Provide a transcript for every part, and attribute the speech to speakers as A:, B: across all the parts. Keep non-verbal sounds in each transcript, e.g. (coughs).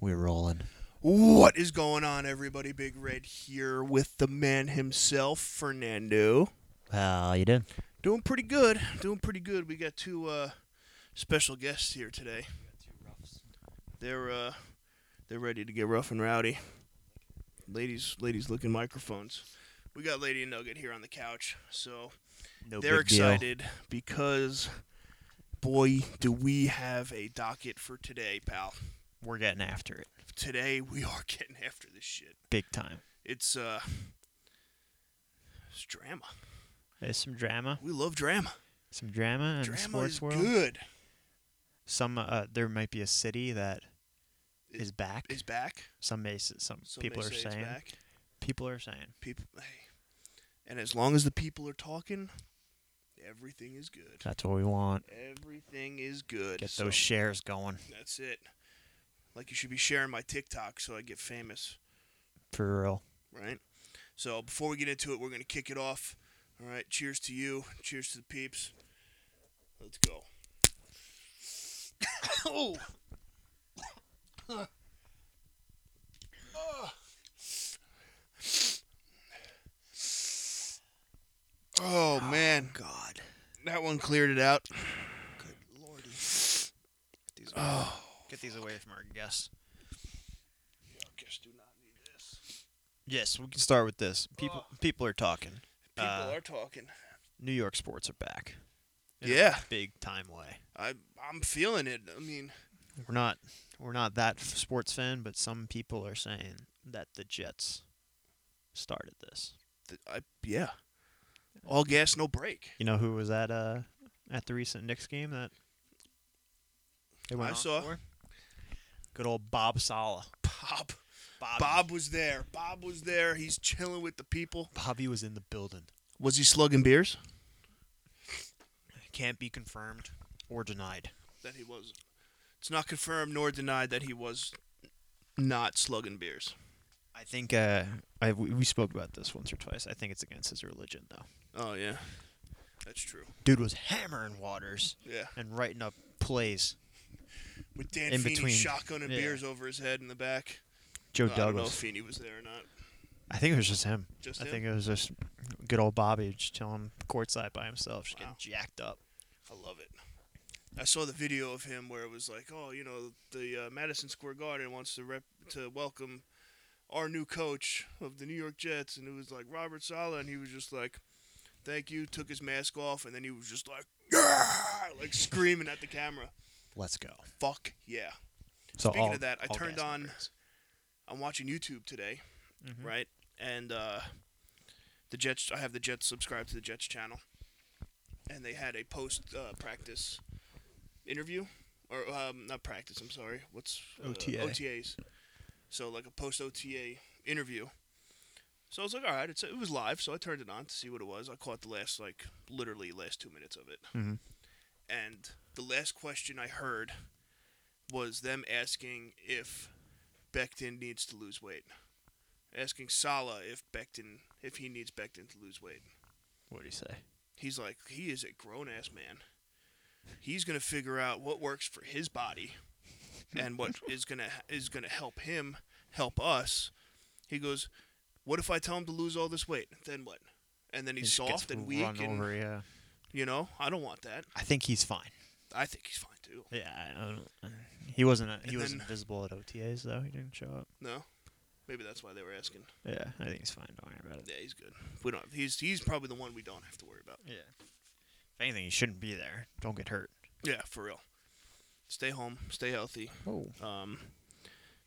A: We're rolling.
B: What is going on, everybody? Big Red here with the man himself, Fernando.
A: How you doing?
B: Doing pretty good. Doing pretty good. We got two uh, special guests here today. They're uh, they're ready to get rough and rowdy. Ladies, ladies, looking microphones. We got Lady Nugget here on the couch, so
A: No
B: they're excited because boy, do we have a docket for today, pal.
A: We're getting after it
B: Today we are (laughs) getting after this shit.
A: big time.
B: It's uh, it's drama.
A: There's some drama,
B: We love drama.
A: some drama in the
B: drama
A: sports
B: is
A: world.
B: good.
A: Some uh, there might be a city that
B: Is-
A: is, back.
B: Is back.
A: some may, s- some
B: Some may
A: people are
B: say it's
A: saying.
B: back.
A: People are saying.
B: People, hey, and as long as the people are talking, everything is good.
A: That's what we want.
B: Everything is good.
A: Get
B: so
A: those shares going
B: that's it. Like you should be sharing my TikTok so I get famous,
A: for real.
B: right? So before we get into it, we're gonna kick it off. All right. Cheers to you. Cheers to the peeps. Let's go. (coughs) oh. Ah. Oh man,
A: God,
B: that one cleared it out.
A: good lordy. These
B: Oh,
A: Get these away from our guests.
B: I guess do not need this.
A: Yes, we can start with this. People, people are talking.
B: People
A: Uh,
B: are talking.
A: New York sports are back.
B: in a Yeah.
A: big time way.
B: I I'm feeling it. I mean,
A: We're not we're not that f- sports fan, but some people are saying that the Jets started this.
B: th- I yeah. All gas, no break.
A: You know who was at uh at the recent Knicks game that they went
B: I
A: off
B: saw.
A: for? Good old Bob Sala.
B: Bob.
A: Bobby.
B: Bob was there. Bob was there. He's chilling with the people.
A: Bobby was in the building.
B: Was he slugging beers?
A: Can't be confirmed or denied.
B: That he was. It's not confirmed nor denied that he was not slugging beers.
A: I think uh I we, we spoke about this once or twice. I think it's against his religion though.
B: Oh yeah, that's true.
A: Dude was hammering waters
B: Yeah,
A: and writing up plays.
B: with Dan
A: In
B: Feeney
A: between.
B: shotgun and
A: Yeah.
B: beers over his head in the back.
A: Joe
B: I don't know if
A: Douglas.
B: Feeney was there or not.
A: I think it was just him.
B: Just
A: I
B: him?
A: think it was just good old Bobby just chilling courtside by himself, just
B: Wow.
A: getting jacked up.
B: I love it. I saw the video of him where it was like, oh, you know, the uh, Madison Square Garden wants to rep- to welcome our new coach of the New York Jets, and it was like Robert Sala, and he was just like, thank you, took his mask off, and then he was just like, "Yeah!" like screaming at the camera.
A: Let's go.
B: Fuck yeah!
A: So
B: Speaking
A: all-
B: of that, I
A: all
B: turned
A: gas
B: on-
A: numbers.
B: I'm watching YouTube today,
A: Mhm.
B: right? And uh, the Jets, I have the Jets subscribed to the Jets channel, and they had a post uh, practice interview, or um, not practice. I'm sorry. What's uh,
A: OTA.
B: OTAs? So like a post OTA interview. So I was like, all right, it's, it was live, so I turned it on to see what it was. I caught the last like literally last two minutes of it,
A: Mhm.
B: and the last question I heard was them asking if Becton needs to lose weight, asking Sala if Becton if he needs Becton to lose weight.
A: What do you say?
B: He's like, he is a grown ass man. He's gonna figure out what works for his body, and
A: (laughs)
B: what is gonna is gonna help him help us. He goes, what if I tell him to lose all this weight? Then what? And then he's
A: He just gets
B: soft and weak,
A: run
B: and
A: over, yeah.
B: you know, I don't want that.
A: I think he's fine.
B: I think he's fine too.
A: Yeah, I don't. He wasn't. he
B: And
A: wasn't
B: then-
A: visible at OTAs though. He didn't show up.
B: No, maybe that's why they were asking.
A: Yeah, I think he's fine. Don't worry about it.
B: Yeah, he's good. We don't. He's he's probably the one we don't have to worry about.
A: Yeah. If anything, he shouldn't be there. Don't get hurt.
B: Yeah, for real. Stay home. Stay healthy.
A: Oh.
B: Um,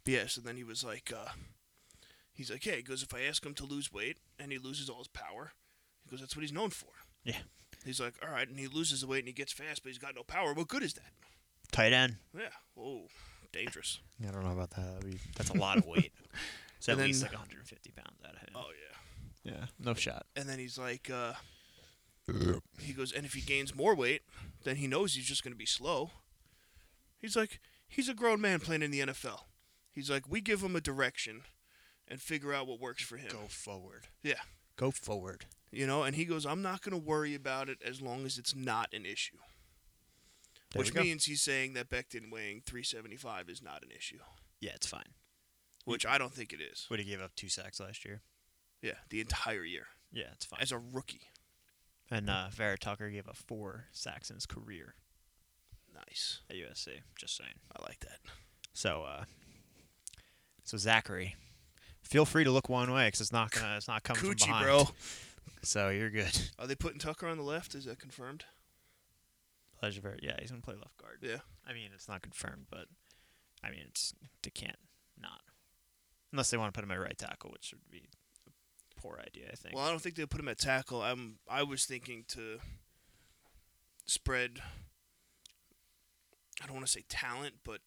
B: but yeah, so then he was like, uh, he's like, yeah, he goes, if I ask him to lose weight and he loses all his power, he goes, that's what he's known for.
A: Yeah.
B: He's like, all right, and he loses the weight and he gets fast, but he's got no power. What good is that?
A: Tight end.
B: Yeah. Oh, dangerous.
A: I don't know about that. That'd be- that's a lot of (laughs) weight. It's at
B: And then-
A: least like 150 pounds out of him.
B: Oh, yeah.
A: Yeah, no shot.
B: And then he's like, uh, he goes, and if he gains more weight, then he knows he's just going to be slow. He's like, he's a grown man playing in the NFL. He's like, we give him a direction and figure out what works for him.
A: forward.
B: Yeah.
A: Go forward.
B: You know, and he goes, I'm not going to worry about it as long as it's not an issue.
A: There we
B: Which
A: go.
B: means he's saying that Becton weighing 375 is not an issue.
A: Yeah, it's fine. Hmm.
B: which I don't think it is.
A: Would he gave up two sacks last year?
B: Yeah, the entire year
A: Yeah, it's fine.
B: as a rookie.
A: And uh, Vera Tucker gave up four sacks in his career
B: Nice.
A: at USC. Just saying.
B: I like that.
A: So, uh, so Zachary, feel free to look one way because it's not gonna, it's not coming from
B: Coochie,
A: behind.
B: bro.
A: (laughs) So you're good.
B: Are they putting Tucker on the left? Is that confirmed?
A: Elijah Vera, yeah, he's gonna play left guard.
B: Yeah.
A: I mean, it's not confirmed, but I mean, it's they can't not unless they want to put him at right tackle, which would be a poor idea, I think.
B: Well, I don't think they'll put him at tackle. I'm. I was thinking to spread. I don't want to say talent, but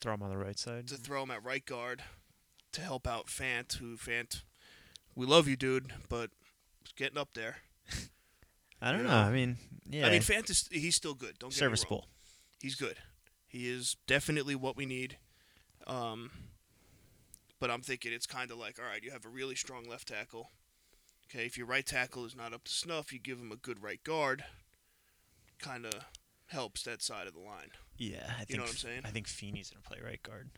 A: Throw him on the right side.
B: to throw him at right guard to help out Fant, who Fant, we love you, dude, but it's getting up there.
A: I don't
B: you
A: know.
B: know.
A: I mean, yeah,
B: I mean, Fant is he's still good. Don't get me wrong.
A: serviceable.
B: He's good. He is definitely what we need. Um, but I'm thinking it's kind of like, all right, you have a really strong left tackle. Okay, if your right tackle is not up to snuff, you give him a good right guard. Kind of helps that side of the line.
A: Yeah, I think
B: You know what I'm
A: F-
B: saying?
A: I think Feeney's gonna play right guard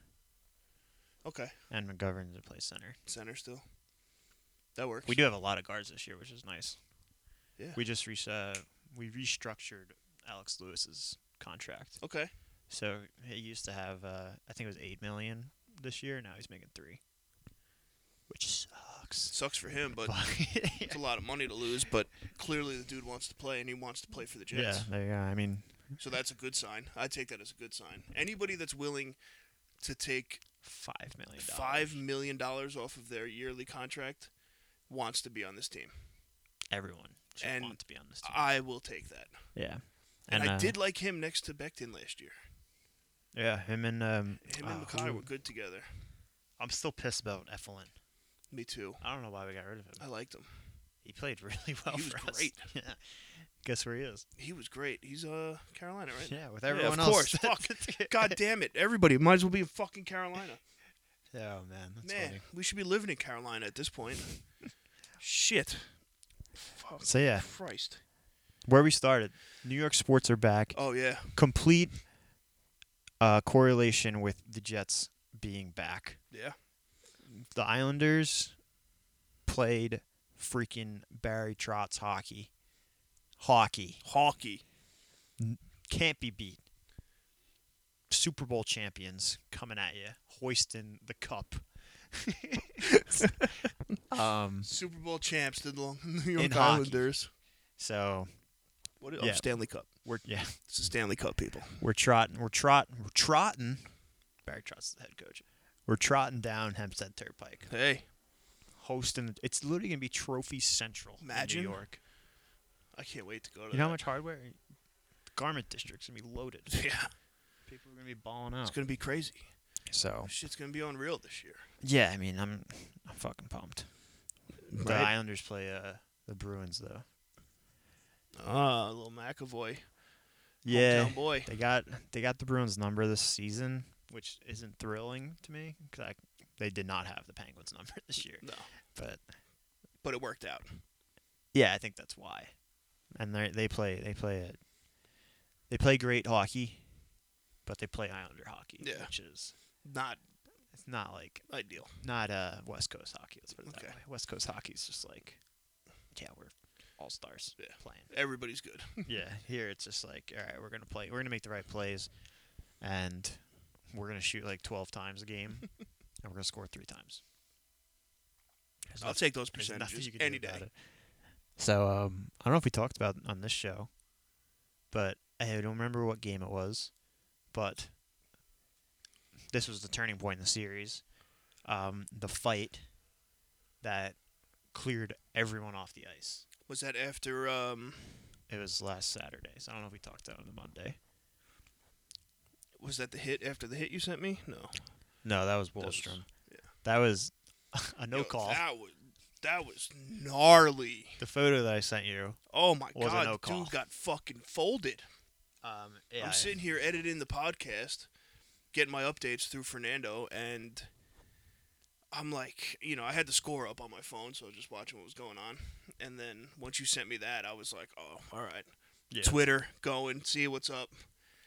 B: Okay,
A: and McGovern's gonna play center.
B: center still. That works.
A: We do have a lot of guards this year, which is nice.
B: Yeah.
A: We just re- uh, we restructured Alex Lewis's contract.
B: Okay,
A: So he used to have, uh, I think it was eight million this year. Now he's making three, which sucks.
B: sucks for him,
A: (laughs)
B: but
A: yeah.
B: It's a lot of money to lose, but clearly the dude wants to play and he wants to play for the Jets.
A: there you go. I mean,
B: So that's a good sign. I take that as a good sign. Anybody that's willing to take
A: five million.
B: five million dollars off of their yearly contract wants to be on this team.
A: Everyone should
B: And
A: want to be on this team.
B: I will take that.
A: yeah.
B: And, I
A: uh,
B: did like him next to Becton last year.
A: Yeah, him and um.
B: Him and
A: uh,
B: Mackay
A: who-
B: were good together.
A: I'm still pissed about Effelin.
B: Me too.
A: I don't know why we got rid of him.
B: I liked him.
A: He played (laughs) really well.
B: He was
A: for us.
B: great.
A: (laughs) Yeah. Guess where he is?
B: He was great. He's uh Carolina, right?
A: Yeah, with
B: Yeah, of
A: everyone else. (laughs)
B: course. Fuck. God damn it. Everybody might as well be in fucking Carolina.
A: Oh man, that's
B: Man,
A: funny.
B: we should be living in Carolina at
A: (laughs)
B: this point. Shit. Fuck.
A: So yeah,
B: Christ.
A: where we started, New York sports are back.
B: Oh yeah.
A: Complete uh, correlation with the Jets being back.
B: Yeah.
A: The Islanders played freaking Barry Trotz hockey. Hockey
B: Hockey.
A: can't be beat. Super Bowl champions coming at you, hoisting the cup. (laughs) um.
B: Super Bowl champs did the (laughs) New York
A: In hockey.
B: Islanders.
A: So
B: What
A: Yeah.
B: oh, Stanley Cup.
A: we're yeah.
B: It's the Stanley Cup people.
A: We're trotting. We're trotting. We're trotting. Barry Trotz is the head coach. We're trotting down Hempstead Turnpike,
B: Hey.
A: hosting. It's literally gonna be Trophy Central
B: Imagine.
A: in New York.
B: I can't wait to go to
A: You know how
B: that.
A: much hardware? The garment district's gonna be loaded.
B: Yeah.
A: People are gonna be balling
B: It's
A: out.
B: gonna be crazy.
A: So
B: Shit's gonna be unreal this year.
A: yeah, I mean, I'm I'm fucking pumped. The
B: Right.
A: Islanders play uh the Bruins though.
B: Ah, little McAvoy. Hometown boy.
A: they got they got the Bruins number this season, which isn't thrilling to me because they did not have the Penguins (laughs) number this year.
B: No.
A: But
B: But it worked out.
A: Yeah, I think that's why. And they they play they play it. They play great hockey, but they play Islander hockey,
B: Yeah.
A: which is
B: Not
A: it's not like
B: ideal.
A: not uh West Coast hockey. Let's put it
B: Okay.
A: that way. West Coast hockey's just like, yeah, we're all stars
B: Yeah.
A: playing.
B: Everybody's good.
A: yeah, here it's just like, all right, we're gonna play, we're gonna make the right plays, and we're gonna shoot like twelve times a
B: (laughs)
A: game, and we're gonna score three times. There's
B: I'll take those
A: there's nothing
B: percentages
A: you can do
B: any day.
A: about it. So um, I don't know if we talked about it on this show, but I don't remember what game it was, but this was the turning point in the series. Um, the fight that cleared everyone off the ice.
B: Was that after um
A: It was last Saturday, so I don't know if we talked about it on the Monday.
B: was that the hit after the hit you sent me? No.
A: No, that was
B: was-
A: Wallstrom.
B: yeah.
A: That was (laughs) a no
B: Yo,
A: call.
B: That was that was gnarly.
A: The photo that I sent you.
B: Oh my
A: Was a
B: god,
A: no
B: the
A: call.
B: dude got fucking folded.
A: Um, yeah,
B: I'm sitting here editing the podcast, getting my updates through Fernando, and I'm like, you know, I had the score up on my phone, so I was just watching what was going on. And then once you sent me that, I was like, oh, all right,
A: yeah.
B: Twitter going, see what's up.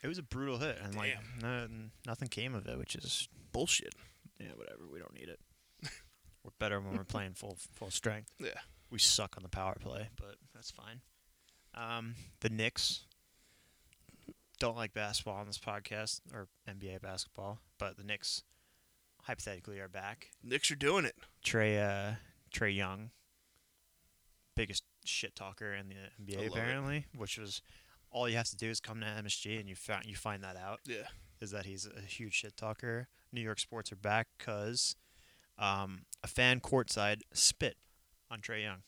A: It was a brutal hit, and like
B: Damn.
A: no, n- nothing came of it, which is
B: Bullshit.
A: yeah, whatever. We don't need
B: (laughs)
A: it. we're better when we're playing full full strength.
B: Yeah.
A: We suck on the power play, but that's fine. Um, the Knicks don't like basketball on this podcast or NBA basketball, but the Knicks hypothetically are back.
B: Knicks are doing it.
A: Trey uh, Trey Young, biggest shit talker in the
B: I
A: NBA
B: love it.
A: apparently, which was all you have to do is come to MSG and you found you find that out
B: Yeah.
A: is that he's a huge shit talker. New York sports are back because um, a fan courtside spit on Trey Young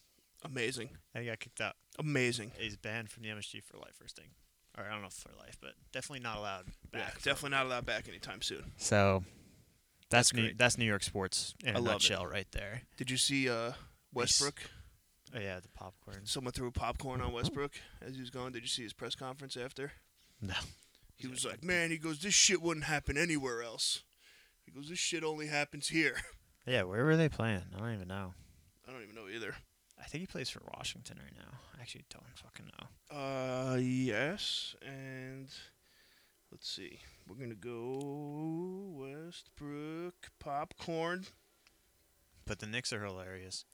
B: Amazing.
A: and he got kicked out.
B: Amazing.
A: He's banned from the MSG for life, first thing. Or I don't know if for life, but definitely not allowed
B: Yeah,
A: back. for-
B: definitely not allowed back anytime soon.
A: So that's,
B: That's
A: New,
B: great.
A: that's New York sports in
B: I
A: a
B: love it.
A: nutshell right there.
B: Did you see uh, Westbrook?
A: Oh, yeah, the popcorn.
B: Someone threw popcorn on Westbrook as he was going. Did you see his press conference after?
A: No.
B: He was like, "Man," he goes, "This shit wouldn't happen anywhere else." He goes, "This shit only happens here." (laughs)
A: Yeah, where were they playing? I don't even know.
B: I don't even know either.
A: I think he plays for Washington right now. I actually don't fucking know.
B: Uh, yes, and let's see. We're gonna go Westbrook popcorn.
A: But the Knicks are hilarious.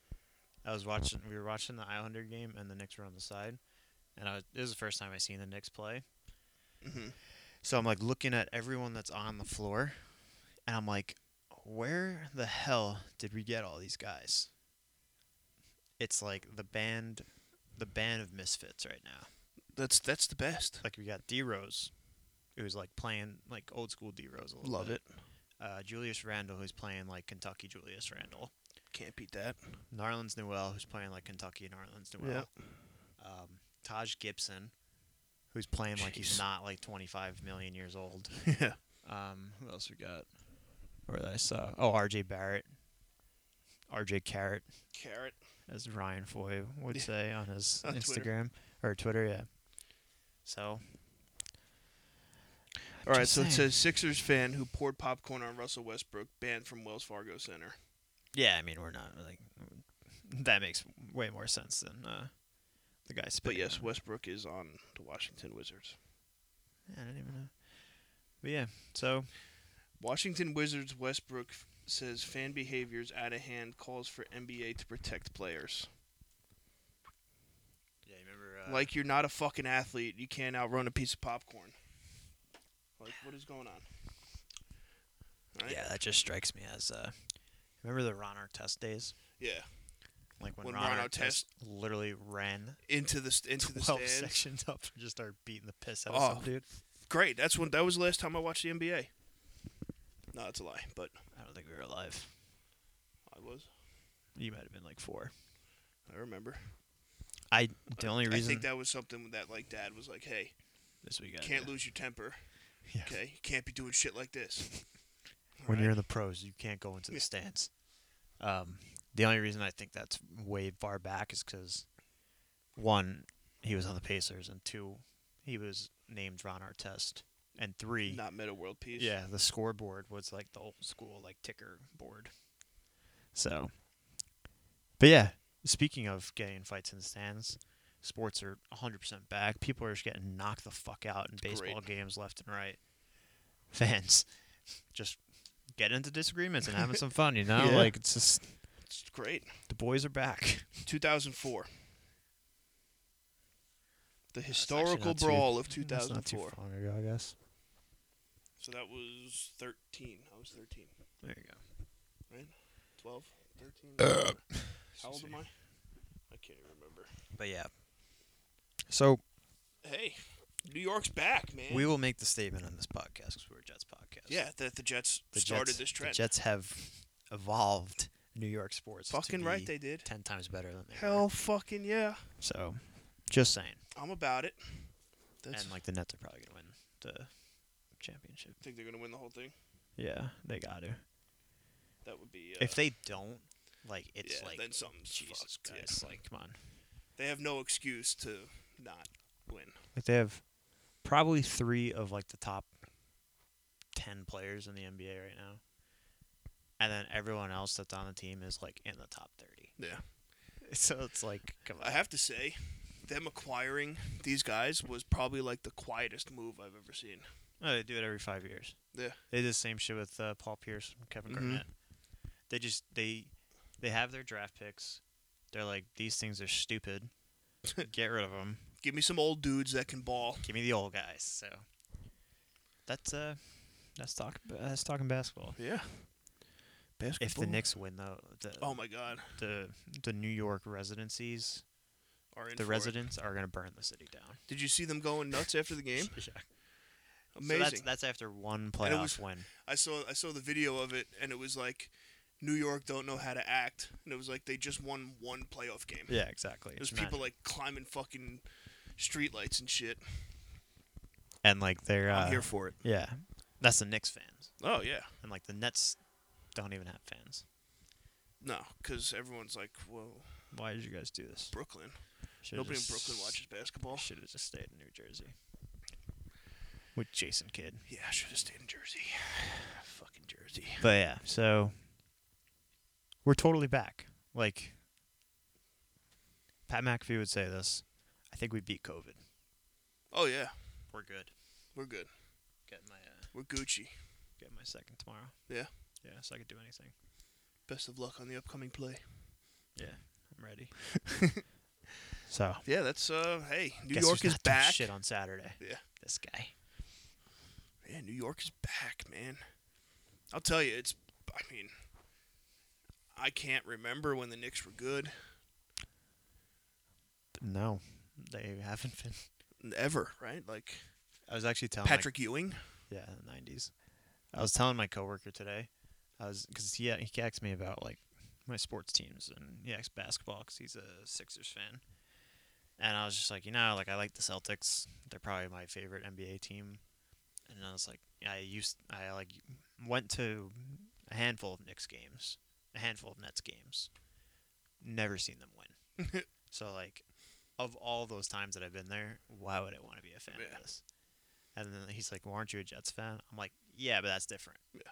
A: I was watching. We were watching the Islander game, and the Knicks were on the side. And I was, it was the first time I seen the Knicks play.
B: hmm
A: So I'm like looking at everyone that's on the floor, and I'm like, where the hell did we get all these guys? It's like the band, the band of misfits right now.
B: That's that's the best.
A: Like we got D Rose, who's like playing like old school D Rose a little
B: Love
A: bit.
B: it.
A: uh, Julius Randle, who's playing like Kentucky Julius Randle.
B: Can't beat that.
A: Narlins Newell, who's playing like Kentucky Narlins Newell. Um, Taj Gibson, who's playing like
B: Jeez.
A: he's not like 25 million years old.
B: (laughs) yeah.
A: Um, who else we got? Or that I
B: uh,
A: saw. Oh, R.J. Barrett. R.J. Carrot,
B: Carrot.
A: as Ryan Foy would
B: Yeah.
A: say on his
B: (laughs) On Twitter.
A: Instagram or Twitter, yeah. So.
B: All right,
A: Just
B: so it
A: saying.
B: says Sixers fan who poured popcorn on Russell Westbrook banned from Wells Fargo Center.
A: Yeah, I mean, we're not like that makes way more sense than uh, the guy.
B: But
A: spitting
B: yes,
A: on-
B: Westbrook is on the Washington Wizards.
A: Yeah, I don't even know. But yeah, so
B: Washington Wizards Westbrook f- says fan behaviors out of hand calls for NBA to protect players.
A: yeah, you remember
B: like you're not a fucking athlete, you can't outrun a piece of popcorn. Like what is going on? Right?
A: yeah, that just strikes me as uh, remember the Ron Artest days,
B: Yeah.
A: like when,
B: When
A: Ron,
B: Ron
A: Artest, literally ran
B: Into the st- into the
A: twelve
B: stands.
A: sections up and just started beating the piss out
B: Oh.
A: of some dude.
B: Great. That's when that was the last time I watched the NBA. No, that's a lie, but
A: I don't think we were alive.
B: I was.
A: You might have been like four.
B: I remember.
A: I the only
B: I
A: reason
B: think that was something that like dad was like, "Hey,
A: this week
B: can't lose your temper.
A: Yeah.
B: Okay, you can't be doing shit like this."
A: (laughs) when
B: Right?
A: you're in the pros, you can't go into the
B: Yeah.
A: stands. Um, the only reason I think that's way far back is because one, he was on the Pacers, and two, he was named Ron Artest, and three,
B: not meta world peace.
A: yeah, the scoreboard was like the old school like ticker board. So, but yeah, speaking of getting in fights in the stands, sports are 100% back. People are just getting knocked the fuck out in baseball games left and right. Fans just get into disagreements and having some fun, you know?
B: Yeah.
A: Like it's just
B: it's great.
A: the boys are back.
B: 2004. The
A: actually
B: historical
A: not too-
B: brawl
A: (laughs)
B: of
A: That's not too
B: 2004.
A: long ago, I guess.
B: So that was 13. I was 13.
A: There you go.
B: 12, 13.
A: (coughs)
B: How old
A: Excuse
B: am
A: me.
B: I? I can't even remember.
A: But yeah. So
B: Hey, New York's back, man.
A: we will make the statement on this podcast because we're a Jets podcast.
B: yeah, that the Jets
A: the
B: started
A: Jets,
B: this
A: the
B: trend.
A: Jets have evolved New York sports. to
B: Fucking right,
A: be
B: they did.
A: ten times better than they were.
B: Hell, fucking yeah.
A: So, just saying.
B: I'm about it. That's
A: and like the Nets are probably gonna win the championship.
B: think they're gonna win the whole thing.
A: Yeah, they got to.
B: That would be. Uh,
A: If they don't, like it's
B: yeah,
A: like
B: then something's
A: Jesus
B: fucked, yeah.
A: Christ, like come on.
B: They have no excuse to not win.
A: Like they have probably three of like the top ten players in the NBA right now, and then everyone else that's (laughs) on the team is like in the top thirty.
B: Yeah.
A: So it's like come on.
B: I have to say, them acquiring these guys was probably like the quietest move I've ever seen.
A: Oh, they do it every five years.
B: Yeah.
A: They do the same shit with uh, Paul Pierce, and Kevin
B: Mhm.
A: Garnett. They just they they have their draft picks. They're like these things are
B: (laughs)
A: stupid. Get rid of them.
B: Give me some old dudes that can ball.
A: Give me the old guys. So that's uh that's talk that's talking basketball.
B: Yeah. Basketball.
A: If the Knicks win though, the
B: Oh my God.
A: the the New York residencies,
B: Are in
A: the
B: for it.
A: residents are gonna burn the city down.
B: Did you see them going nuts after
A: (laughs)
B: the game?
A: Yeah.
B: Amazing.
A: So that's that's after one
B: it
A: playoff
B: was-
A: win.
B: I saw I saw the video of it, and it was like New York don't know how to act, and it was like they just won one playoff game.
A: Yeah, exactly.
B: There's
A: Imagine.
B: people like climbing fucking streetlights and shit.
A: and like they're uh,
B: I'm here for it.
A: yeah, that's the Knicks fans,
B: Oh yeah,
A: and like the Nets don't even have fans.
B: no, because everyone's like, whoa,
A: Why did you guys do this?
B: Brooklyn.
A: Should've
B: Nobody
A: just-
B: in Brooklyn watches
A: (sighs)
B: basketball.
A: Should have just stayed in New Jersey with Jason Kidd.
B: Yeah, I should have stayed in Jersey.
A: (sighs)
B: fucking Jersey.
A: But yeah, so we're totally back. Like Pat McAfee would say this. I think we beat COVID.
B: Oh yeah,
A: We're good.
B: we're good.
A: Get my uh,
B: We're Gucci.
A: get my second tomorrow.
B: Yeah.
A: Yeah, so I could do anything.
B: Best of luck on the upcoming play.
A: I'm
B: (laughs)
A: ready. so
B: Yeah, that's uh, hey, New
A: guess
B: York
A: who's
B: is
A: not doing
B: back.
A: Shit on Saturday.
B: Yeah.
A: This guy.
B: Yeah, New York is back, man. I'll tell you, it's. I mean, I can't remember when the Knicks were good
A: No, they haven't been.
B: ever, right? Like
A: I was actually telling Oh my-
B: Patrick Ewing.
A: yeah, the '90s. I was telling my coworker today. I was because he he asked me about like my sports teams and he asked basketball because he's a Sixers fan. And I was just like, you know, like I like the Celtics. They're probably my favorite NBA team. And I was like, I used I like went to a handful of Knicks games, a handful of Nets games. Never seen them
B: (laughs)
A: win. so like, of all those times that I've been there, why would I want to be a fan
B: Yeah.
A: of this? And then he's like, "Well, aren't you a Jets fan?" I'm like, "Yeah, but that's different.
B: Yeah.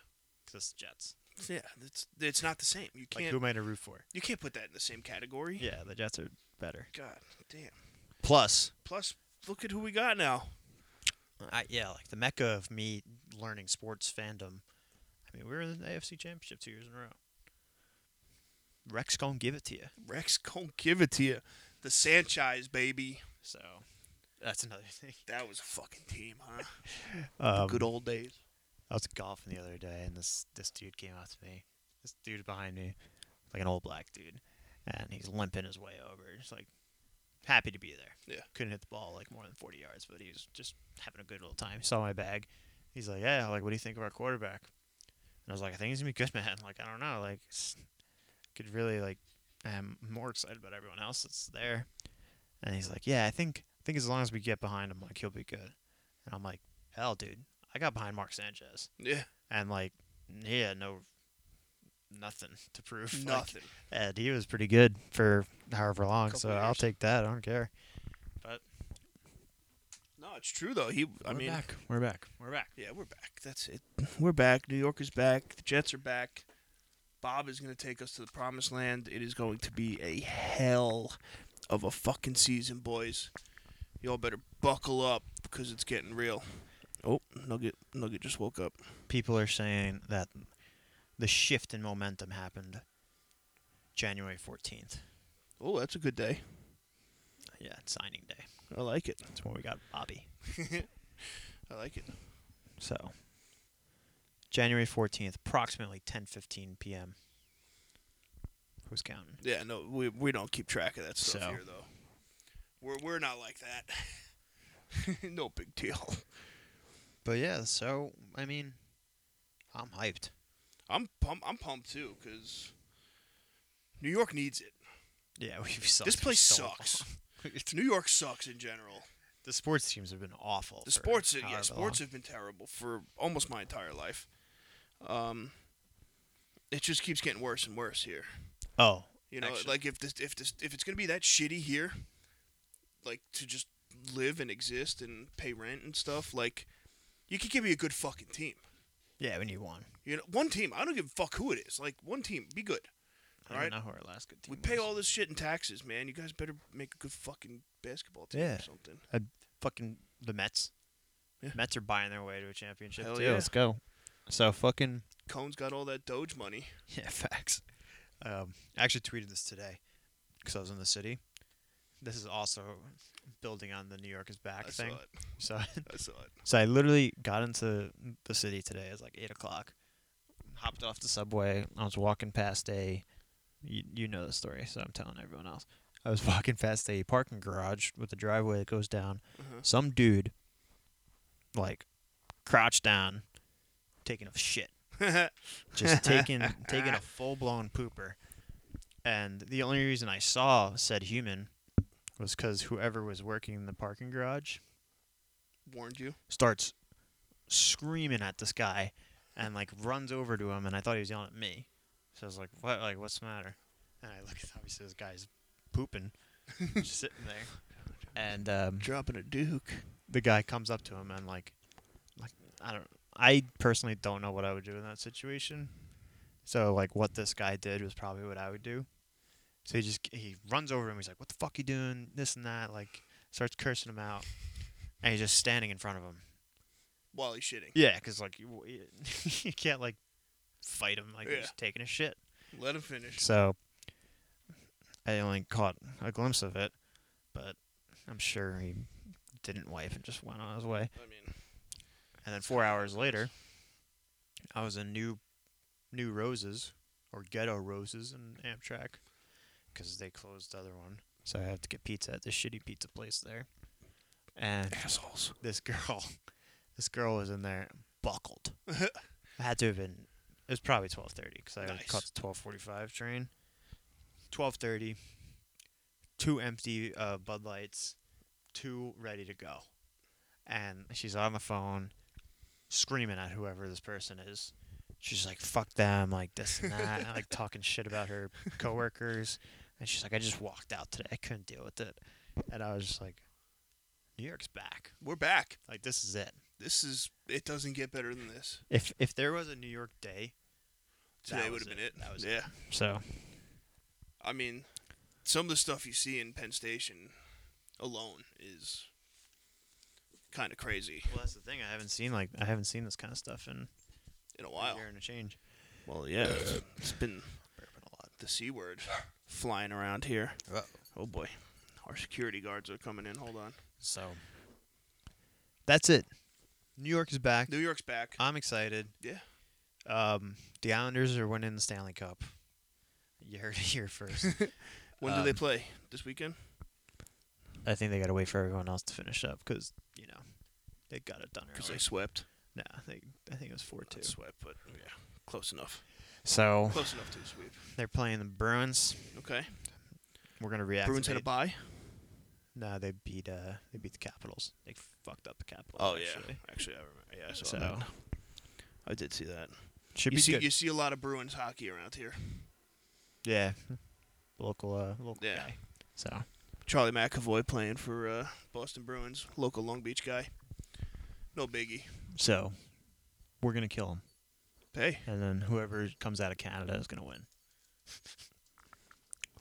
A: because it's Jets.
B: Yeah, it's it's not the same. You
A: Like,
B: can't
A: who am I to root for?"
B: you can't put that in the same category.
A: (laughs) Yeah, the Jets are better.
B: God damn.
A: Plus,
B: Plus, look at who we got now.
A: I, yeah, like the mecca of me learning sports fandom. I mean, we were in the AFC Championship two years in a row. Rex gonna give it to you.
B: Rex gonna give it to you. The Sanchez baby.
A: So that's another (laughs) thing.
B: That was a fucking team, huh?
A: Um,
B: Good old days.
A: I was golfing the other day, and this this dude came up to me. This dude behind me, like an old black dude, and he's limping his way over. Just like happy to be there.
B: Yeah.
A: Couldn't hit the ball like more than forty yards, but he was just having a good little time. He saw my bag. He's like, "Yeah, like what do you think of our quarterback?" And I was like, "I think he's gonna be good, (laughs) man. Like I don't know, like it's- could really like I'm more excited about everyone else that's there." And he's like, "Yeah, I think I think as long as we get behind him, like he'll be good." And I'm like, "Hell, dude, I got behind Mark Sanchez."
B: Yeah,
A: and like he had no nothing to prove. (laughs) Like,
B: nothing.
A: and he was pretty good for however long,
B: Couple
A: so I'll
B: years.
A: take that. I don't care.
B: No, it's true though. He, I
A: we're
B: mean,
A: back. We're back. We're back.
B: Yeah, we're back. That's it. (laughs) We're back. New York is back. The Jets are back. Bob is going to take us to the promised land. It is going to be a hell of a fucking season, boys. Y'all better buckle up because it's getting real. Oh, Nugget, Nugget just woke up.
A: People are saying that the shift in momentum happened January fourteenth.
B: Oh, that's a good day.
A: Yeah, it's signing day.
B: I like it.
A: That's when we got Bobby.
B: I like it.
A: So January fourteenth, approximately ten fifteen p.m. Who's counting?
B: Yeah, no, we we don't keep track of that stuff
A: So.
B: here though. We're we're not like that. (laughs) no big deal.
A: But yeah, so I mean, I'm hyped.
B: I'm pump, I'm pumped too because New York needs it.
A: Yeah, (laughs) we've sucked.
B: This
A: for
B: place
A: so
B: sucks.
A: long.
B: (laughs) New York sucks in general.
A: the sports teams have been awful.
B: The
A: for
B: sports, uh, yeah,
A: however
B: sports
A: long.
B: have been terrible for almost my entire life. Um, it just keeps getting worse and worse here.
A: Oh,
B: You know,
A: Actually-
B: like if this, if this, if it's gonna be that shitty here, like to just live and exist and pay rent and stuff, like you could give me a good fucking team.
A: yeah, we need one.
B: You know, one team. I don't give a fuck who it is. Like one team, be good.
A: I
B: All right.
A: don't know who our last good team
B: We pay
A: was.
B: all this shit in taxes, man. You guys better make a good fucking basketball team
A: Yeah.
B: or something.
A: fucking the Mets.
B: Yeah.
A: Mets are buying their way to a championship
B: Hell
A: too.
B: yeah.
A: Let's go. So fucking
B: Cone's got all that Doge money.
A: (laughs) yeah, facts. Um, I actually tweeted this today because I was in the city. This is also building on the New York is back
B: I saw
A: thing.
B: it.
A: So
B: I saw it.
A: so I literally got into the city today. It was like eight o'clock. Hopped off the subway. I was walking past a, you, you know the story, so I'm telling everyone else. I was (laughs) walking past a parking garage with a driveway that goes down.
B: Uh-huh.
A: some dude like crouched down taking a shit just taking taking a full-blown pooper and the only reason i saw said human was because whoever was working in the parking garage
B: Warned you.
A: starts screaming at this guy and like runs over to him and i thought he was yelling at me so i was like what like what's the matter and i look at obviously this guy's pooping just sitting there and um
B: Dropping a Duke.
A: the guy comes up to him and like like I don't I personally don't know what I would do in that situation. So like what this guy did was probably what I would do. So he just he runs over him. He's like, "What the fuck you doing? This and that." Like starts cursing him out, and he's just standing in front of him.
B: While he's shitting.
A: Yeah, because like you, (laughs) you can't like fight him like
B: Yeah.
A: he's just taking a shit.
B: Let him finish.
A: So I only caught a glimpse of it, but I'm sure he didn't wipe and just went on his way.
B: I mean,
A: And then four hours later, I was in New New Roses or Ghetto Roses in Amtrak because they closed the other one. So I have to get pizza at this shitty pizza place there. And
B: assholes.
A: this girl, (laughs) this girl was in there buckled. (laughs) I had to have been. It was probably twelve thirty because I
B: Nice.
A: caught the twelve forty five train. Twelve thirty. Two empty uh, Bud Lights, two ready to go, and she's on the phone, screaming at whoever this person is. She's like, "Fuck them!" Like this and that, and,
B: (laughs)
A: like talking shit about her coworkers. And she's like, "I just walked out today. I couldn't deal with it." And I was just like, "New York's back.
B: We're back.
A: Like this is it.
B: This is. It doesn't get better than this.
A: If if there was a New York day, that
B: Today would
A: was
B: have been it.
A: That was it.
B: yeah.
A: So
B: I mean, some of the stuff you see in Penn Station alone is kind of crazy
A: well, that's the thing. I haven't seen like I haven't seen this kind of stuff in
B: in a
A: a
B: while.
A: year and a change.
B: Well, yeah, it's been
A: Burping a lot.
B: the c word flying around here.
A: Uh-oh.
B: Oh boy, our security guards are coming in. Hold on,
A: So that's it. New York is back.
B: New York's back.
A: I'm excited.
B: Yeah.
A: Um, the Islanders are winning the Stanley Cup. You heard it here
B: (laughs)
A: first.
B: When do they
A: um,
B: play? This weekend?
A: I think they got to wait for everyone else to finish up because you know they got it done
B: Because
A: early.
B: they swept.
A: No, they, I think it was four two.
B: Not swept, but yeah, close enough.
A: So
B: Close enough to a sweep.
A: they're playing the Bruins.
B: Okay.
A: We're gonna react.
B: Bruins had a bye.
A: No, they beat uh they beat the Capitals. They fucked up the Capitals.
B: Oh,
A: actually.
B: actually, I remember. Yeah, I saw
A: So
B: that. I did see that.
A: should
B: you
A: be
B: see,
A: good.
B: you see a lot of Bruins hockey around here.
A: yeah, local uh local
B: Yeah.
A: guy. So
B: Charlie McAvoy playing for uh, Boston Bruins, local Long Beach guy. No biggie.
A: so we're gonna kill him,
B: Hey,
A: and then whoever comes out of Canada is gonna win.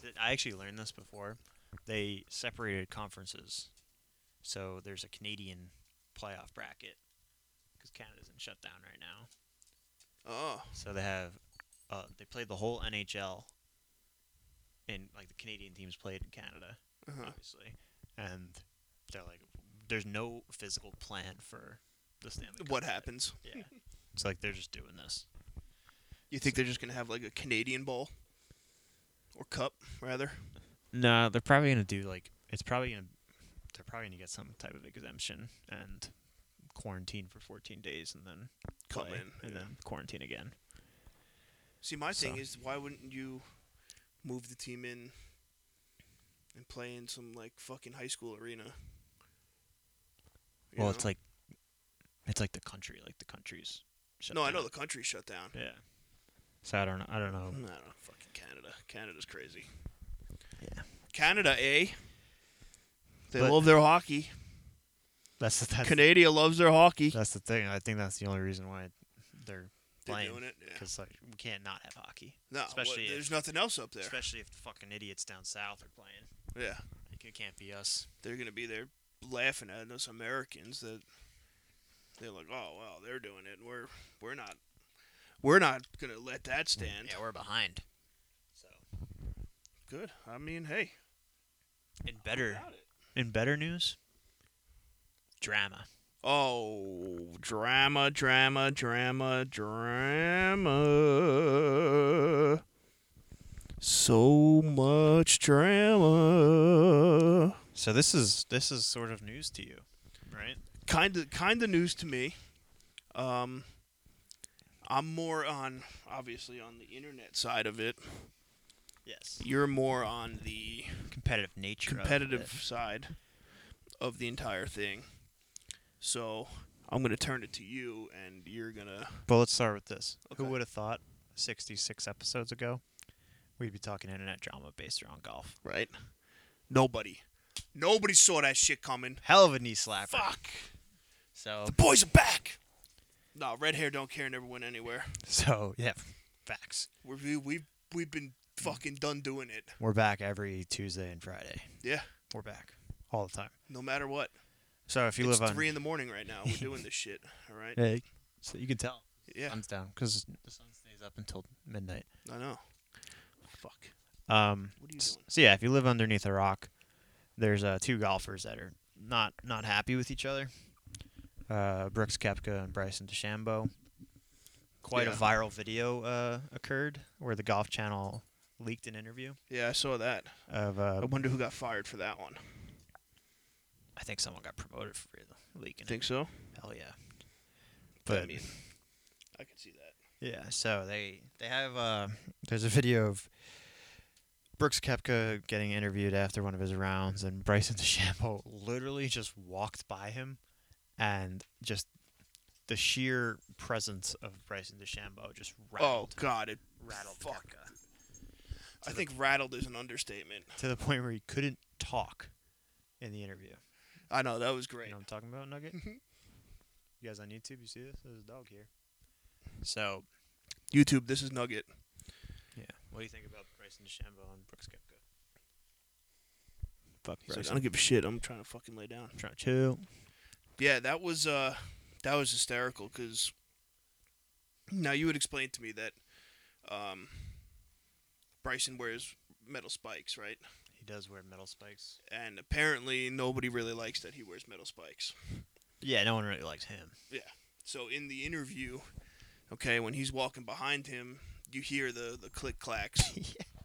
A: Th- I actually learned this before. They separated conferences, so there's a Canadian playoff bracket because Canada's in shutdown right now.
B: oh,
A: So they have, uh, they played the whole NHL. And like the Canadian teams played in Canada,
B: uh-huh.
A: obviously, and they're like, there's no physical plan for the Stanley. Cup
B: what
A: yet.
B: happens?
A: Yeah, it's like they're just doing this.
B: You think they're just gonna have like a Canadian Bowl or cup rather?
A: No, they're probably gonna do like it's probably gonna they're probably gonna get some type of exemption and quarantine for 14 days and then
B: Come
A: play
B: in,
A: and
B: yeah.
A: then quarantine again.
B: See, my thing
A: So.
B: is, why wouldn't you move the team in and play in some like fucking high school arena? You
A: well,
B: know?
A: it's like it's like the country, like the countries. shut
B: no, I know
A: down.
B: the country shut down.
A: Yeah. So I don't know. I don't know.
B: I don't know, fucking Canada. Canada's crazy.
A: Yeah.
B: Canada, eh? They
A: But-
B: love their hockey.
A: That's the that's,
B: Canada loves their hockey.
A: that's the thing. I think that's the only reason why they're
B: They're
A: playing
B: doing it. Yeah.
A: because like we can't not have hockey,
B: No, what-
A: especially if-
B: there's nothing else up there.
A: especially if the fucking idiots down south are playing.
B: Yeah,
A: Like, it can't be us.
B: they're gonna be there laughing at us Americans that they're like, oh well, they're doing it. We're we're not we're not gonna let that stand.
A: yeah, we're behind. So
B: Good. I mean, hey,
A: in better
B: about it.
A: in better news, drama.
B: Oh, drama, drama, drama, drama. So much drama.
A: So this is this is sort of news to you, right?
B: kind of kind of news to me. Um, I'm more on obviously on the internet side of it.
A: Yes.
B: You're more on the
A: Competitive nature. of
B: competitive
A: it.
B: side of the entire thing. So I'm gonna turn it to you, and you're gonna
A: But let's start with this. Who
B: Okay.
A: would have thought 66 episodes ago we'd be talking internet drama based around golf?
B: right. Nobody, nobody saw that shit coming.
A: Hell of a knee slapper.
B: Fuck,
A: So
B: the boys are back. No, red hair don't care. Never went anywhere.
A: so yeah, facts.
B: We're, we we we've been fucking done doing it.
A: We're back every Tuesday and Friday.
B: Yeah,
A: We're back all the time.
B: no matter what.
A: So if you
B: it's
A: live on
B: three in the morning right now. We're doing this shit. All right.
A: Yeah, so you can tell.
B: Yeah.
A: Sun's down because the sun stays up until midnight.
B: I know. Fuck.
A: Um,
B: What are you
A: s-
B: doing?
A: so yeah, if you live underneath a rock, there's uh, two golfers that are not not happy with each other. Uh, Brooks Kepka and Bryson DeChambeau. Quite a
B: Yeah.
A: viral video uh, occurred where the Golf Channel leaked an interview
B: Yeah, I saw that.
A: of
B: I
A: uh,
B: wonder who got fired for that one.
A: I think someone got promoted for leaking.
B: Think so?
A: it. Hell yeah! But
B: I mean, I could see that.
A: Yeah, so they they have uh there's a video of Brooks Kepka getting interviewed after one of his rounds and Bryson DeChambeau (laughs) literally just walked by him and just the sheer presence of Bryson DeChambeau just
B: Oh
A: rattled
B: God! It,
A: rattled
B: fuck.
A: Koepka
B: I think rattled is an understatement.
A: to the point where he couldn't talk in the interview.
B: I know that was
A: You
B: great.
A: know what I'm talking about, (laughs) Nugget? you guys on YouTube, you see this? There's a dog here. So,
B: YouTube, this is Nugget.
A: yeah. What do you think about Bryson DeChambeau and Brooks Kepka?
B: Fuck. He's like,
A: Bryson.
B: I don't give a shit. I'm trying to fucking lay down.
A: I'm trying to chill.
B: Yeah, that was uh, that was hysterical because now you would explain to me that um, Bryson wears metal spikes, right?
A: He does wear metal spikes.
B: and apparently nobody really likes that he wears metal spikes.
A: Yeah, no one really likes him.
B: So in the interview, okay, when he's walking behind him, you hear the the click clacks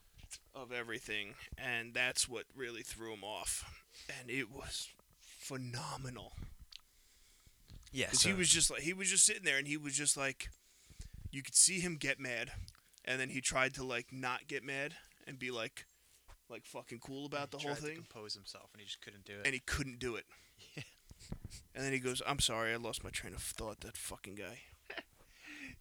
B: (laughs) of everything, and that's what really threw him off. And it was phenomenal
A: Yeah,
B: because he was just like he was just sitting there, and he was just like, you could see him get mad, and then he tried to like not get mad and be like, like fucking cool about the whole thing.
A: compose himself, and he just couldn't do
B: and he couldn't do it.
A: Yeah.
B: And then he goes, "I'm sorry, I lost my train of thought." That fucking guy.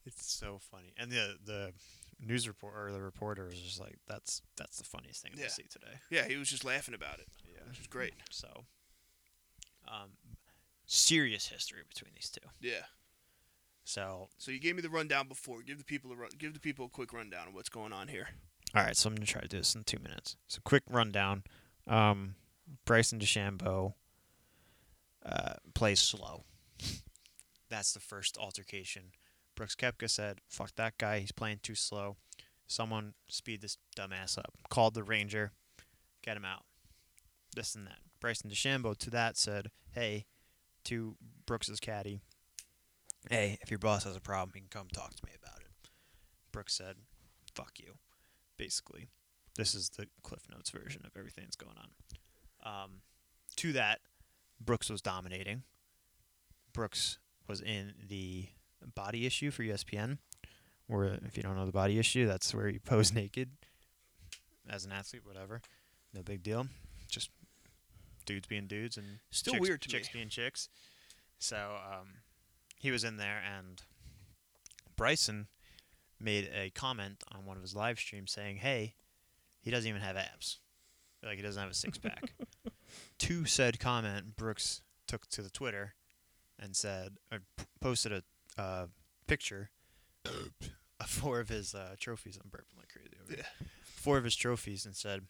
A: it's so funny. And the the news report or the reporter was just like, "That's that's the funniest thing
B: Yeah.
A: I see today."
B: Yeah, he was just laughing about it,
A: Yeah.
B: which is great.
A: So, um, serious history between these two.
B: Yeah.
A: So,
B: So you gave me the rundown before. Give the people a run- give the people a quick rundown of what's going on here.
A: all right. So I'm gonna try to do this in two minutes. So, quick rundown. Um, Bryson DeChambeau uh, plays slow. (laughs) That's the first altercation. Brooks Kepka said, "Fuck that guy. He's playing too slow. Someone speed this dumbass up." Called the ranger, get him out. This and that. Bryson DeChambeau to that said, "Hey, to Brooks's caddy, hey, if your boss has a problem, he can come talk to me about it." Brooks said, "Fuck you." Basically, this is the Cliff Notes version of everything that's going on. Um, to that, Brooks was dominating. Brooks was in the body issue for E ESPN, or if you don't know the body issue, that's where you (laughs) pose naked as an athlete, whatever. No big deal. Just dudes being dudes and
B: Still
A: chicks,
B: weird to
A: chicks
B: me.
A: being chicks. So um, he was in there, and Bryson made a comment on one of his live streams saying, "Hey, he doesn't even have abs. Like he doesn't have a six
B: (laughs)
A: pack." to said comment, Brooks took to the Twitter and said, or p- posted a uh, picture four of his uh, trophies. I'm burping like crazy. Over here.
B: Yeah.
A: Four of his trophies and said,